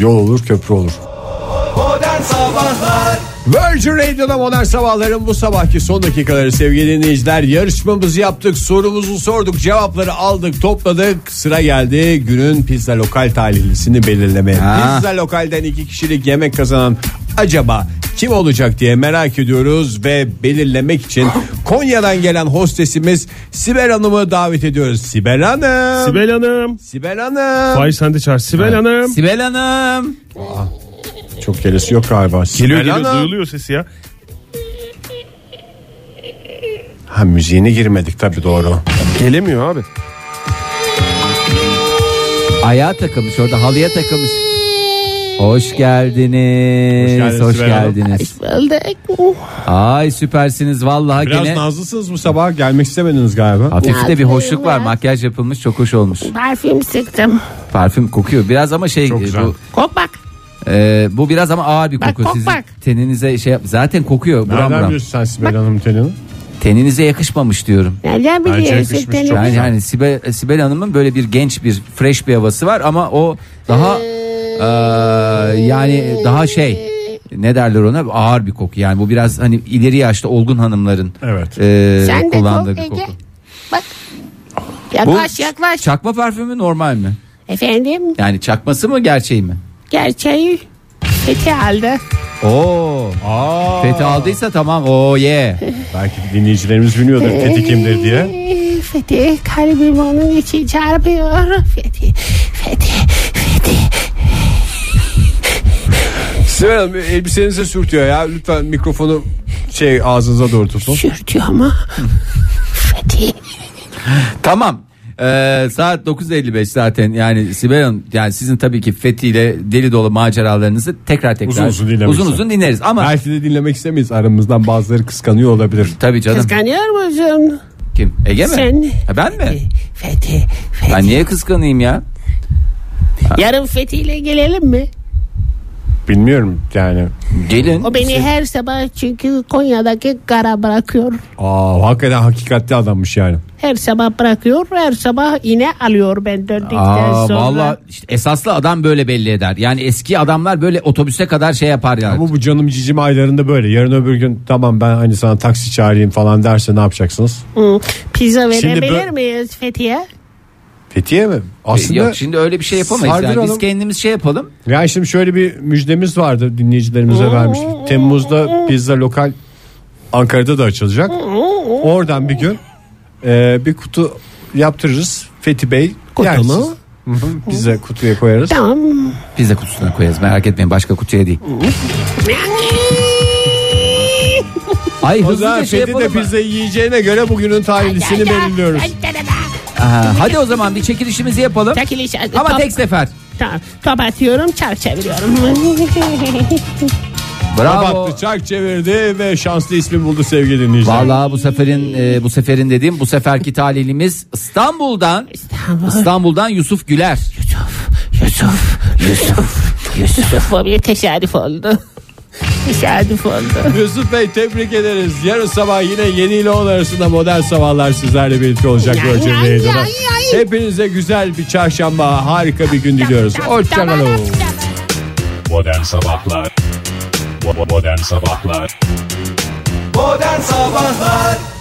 [SPEAKER 6] yol olur köprü olur.
[SPEAKER 7] Modern Sabahlar
[SPEAKER 6] Virgin Radio'da modern sabahların bu sabahki son dakikaları sevgili dinleyiciler yarışmamızı yaptık sorumuzu sorduk cevapları aldık topladık sıra geldi günün pizza lokal talihlisini belirlemeye.
[SPEAKER 3] Ha.
[SPEAKER 6] Pizza lokalden iki kişilik yemek kazanan acaba kim olacak diye merak ediyoruz ve belirlemek için Konya'dan gelen hostesimiz Sibel Hanım'ı davet ediyoruz. Sibel Hanım. Sibel,
[SPEAKER 4] Sibel Hanım.
[SPEAKER 6] Hanım.
[SPEAKER 4] Fahir sen de çağır. Sibel Hanım.
[SPEAKER 3] Sibel Hanım.
[SPEAKER 6] Çok gelesi yok galiba. Sibel
[SPEAKER 4] Geliyor geliyor
[SPEAKER 6] Hanım.
[SPEAKER 4] duyuluyor sesi ya.
[SPEAKER 6] Ha müziğine girmedik tabii doğru.
[SPEAKER 4] Gelemiyor abi.
[SPEAKER 3] Ayağa takılmış orada halıya takılmış. Hoş geldiniz.
[SPEAKER 6] geldiniz
[SPEAKER 3] Hoş
[SPEAKER 6] Sibel Hanım.
[SPEAKER 3] geldiniz.
[SPEAKER 8] uh,
[SPEAKER 3] Ay süpersiniz vallahi
[SPEAKER 6] Biraz
[SPEAKER 3] gene.
[SPEAKER 6] nazlısınız bu sabah gelmek istemediniz galiba.
[SPEAKER 3] Hafif de bir
[SPEAKER 8] Nazlıyım
[SPEAKER 3] hoşluk var.
[SPEAKER 8] ya.
[SPEAKER 3] Makyaj yapılmış çok hoş olmuş.
[SPEAKER 8] Parfüm sıktım.
[SPEAKER 3] Parfüm kokuyor biraz ama şey
[SPEAKER 6] güzel.
[SPEAKER 3] bu,
[SPEAKER 8] Kok bak.
[SPEAKER 3] e, bu biraz ama ağır bir
[SPEAKER 8] Bak,
[SPEAKER 3] koku.
[SPEAKER 8] bak,
[SPEAKER 3] Sizin
[SPEAKER 8] bak.
[SPEAKER 3] teninize şey yap- zaten kokuyor buram
[SPEAKER 6] Nereden
[SPEAKER 3] buram.
[SPEAKER 6] biliyorsun sen Sibel Hanım telini?
[SPEAKER 3] Teninize yakışmamış diyorum.
[SPEAKER 8] Nereden biliyorsun?
[SPEAKER 6] yakışmış
[SPEAKER 8] Seni-
[SPEAKER 6] çok.
[SPEAKER 3] Yani yani Sibel, e, Sibel Hanım'ın böyle bir genç bir fresh bir havası var ama o daha
[SPEAKER 8] Ee,
[SPEAKER 3] eee, yani daha şey ne derler ona ağır bir koku yani bu biraz hani ileri yaşta olgun hanımların
[SPEAKER 6] Evet.
[SPEAKER 3] eee,
[SPEAKER 8] Sen de
[SPEAKER 3] kullandığı
[SPEAKER 8] kok
[SPEAKER 3] bir
[SPEAKER 8] Ege.
[SPEAKER 3] koku.
[SPEAKER 8] Bak. Yaklaş yaklaş.
[SPEAKER 3] Çakma parfümü normal mi?
[SPEAKER 8] Efendim
[SPEAKER 3] Yani çakması mı gerçeği mi?
[SPEAKER 8] gerçeği Fethi aldı.
[SPEAKER 3] Oo.
[SPEAKER 6] Aa,
[SPEAKER 3] Fethi aldıysa tamam. Oo ye.
[SPEAKER 8] *laughs*
[SPEAKER 6] belki dinleyicilerimiz biliyordur Fethi kimdir diye.
[SPEAKER 8] Ee, Fethi kalbim onun içi çarpıyor. Fethi. Fethi. Fethi.
[SPEAKER 6] Sibel Hanım elbisenize sürtüyor ya. Lütfen mikrofonu şey ağzınıza doğru tutun.
[SPEAKER 8] Sürtüyor mu? Fethi.
[SPEAKER 3] Tamam. Ee, saat 9.55 zaten yani Sibel Hanım yani sizin tabii ki Fethi ile deli dolu maceralarınızı tekrar tekrar
[SPEAKER 6] Uzun uzun dinlemek
[SPEAKER 3] uzun,
[SPEAKER 6] isterim.
[SPEAKER 3] uzun dinleriz ama
[SPEAKER 6] Belki de dinlemek istemeyiz aramızdan bazıları kıskanıyor olabilir.
[SPEAKER 3] tabii canım
[SPEAKER 8] Kıskanıyor musun?
[SPEAKER 3] kim Ege mi?
[SPEAKER 8] Sen.
[SPEAKER 3] Ha, ben mi?
[SPEAKER 8] Fethi. Fethi.
[SPEAKER 3] Ben niye kıskanayım ya?
[SPEAKER 8] Yarın Fethi ile gelelim mi?
[SPEAKER 6] Bilmiyorum yani.
[SPEAKER 3] Gelin.
[SPEAKER 8] O beni her sabah çünkü Konya'daki kara bırakıyor.
[SPEAKER 6] Aa hakikaten hakikatli adammış yani.
[SPEAKER 8] Her sabah bırakıyor, her sabah yine alıyor ben döndükten
[SPEAKER 3] Aa,
[SPEAKER 8] sonra.
[SPEAKER 3] valla işte esaslı adam böyle belli eder. Yani eski adamlar böyle otobüse kadar şey yapar yani.
[SPEAKER 6] Ama bu canım cicim aylarında böyle. Yarın öbür gün tamam ben hani sana taksi çağırayım falan derse ne yapacaksınız?
[SPEAKER 8] Hı, Pizza
[SPEAKER 6] Şimdi
[SPEAKER 8] verebilir
[SPEAKER 6] bö-
[SPEAKER 8] miyiz Fethiye?
[SPEAKER 6] Fethiye mi? Aslında
[SPEAKER 3] Yok şimdi öyle bir şey yapamayız. Yani.
[SPEAKER 6] Sardıralım.
[SPEAKER 3] Biz kendimiz şey yapalım.
[SPEAKER 6] Ya şimdi şöyle bir müjdemiz vardı dinleyicilerimize vermiştik. Temmuz'da pizza lokal Ankara'da da açılacak. Oradan bir gün e, bir kutu yaptırırız. Fethi Bey
[SPEAKER 8] Kutu
[SPEAKER 6] yersiniz.
[SPEAKER 8] mu?
[SPEAKER 6] Hı hı, Pizza kutuya koyarız.
[SPEAKER 8] Tamam.
[SPEAKER 3] Pizza kutusuna koyarız merak etmeyin başka kutuya değil. Ay
[SPEAKER 6] O zaman
[SPEAKER 3] hızlıca şey
[SPEAKER 6] Fethi de
[SPEAKER 3] yapalım. mı?
[SPEAKER 8] şey
[SPEAKER 3] şey
[SPEAKER 6] pizzayı yiyeceğine göre bugünün tarihlisini belirliyoruz.
[SPEAKER 3] Aha, hadi o zaman bir çekilişimizi yapalım.
[SPEAKER 8] Çekiliş.
[SPEAKER 3] Ama
[SPEAKER 8] Top-
[SPEAKER 3] tek sefer.
[SPEAKER 8] Tamam. Top atıyorum, çark *laughs* çeviriyorum.
[SPEAKER 3] Bravo.
[SPEAKER 2] Kapattı çak çevirdi ve şanslı ismi buldu sevgili dinleyiciler.
[SPEAKER 3] Vallahi bu seferin e, bu seferin dediğim bu seferki talihimiz İstanbul'dan
[SPEAKER 8] İstanbul.
[SPEAKER 3] İstanbul'dan Yusuf Güler.
[SPEAKER 8] Yusuf, Yusuf, Yusuf, Yusuf. Bu bir tesadüf oldu. *laughs* Tesadüf oldu.
[SPEAKER 2] *laughs* Yusuf Bey tebrik ederiz. Yarın sabah yine 7 ile 10 arasında modern sabahlar sizlerle birlikte olacak.
[SPEAKER 8] Yay,
[SPEAKER 2] Virgin
[SPEAKER 8] yay,
[SPEAKER 2] Radio'da.
[SPEAKER 8] yay, yay.
[SPEAKER 2] Hepinize güzel bir çarşamba, harika bir gün diliyoruz. Hoşçakalın.
[SPEAKER 4] Modern Sabahlar Bo- Modern Sabahlar
[SPEAKER 9] Modern Sabahlar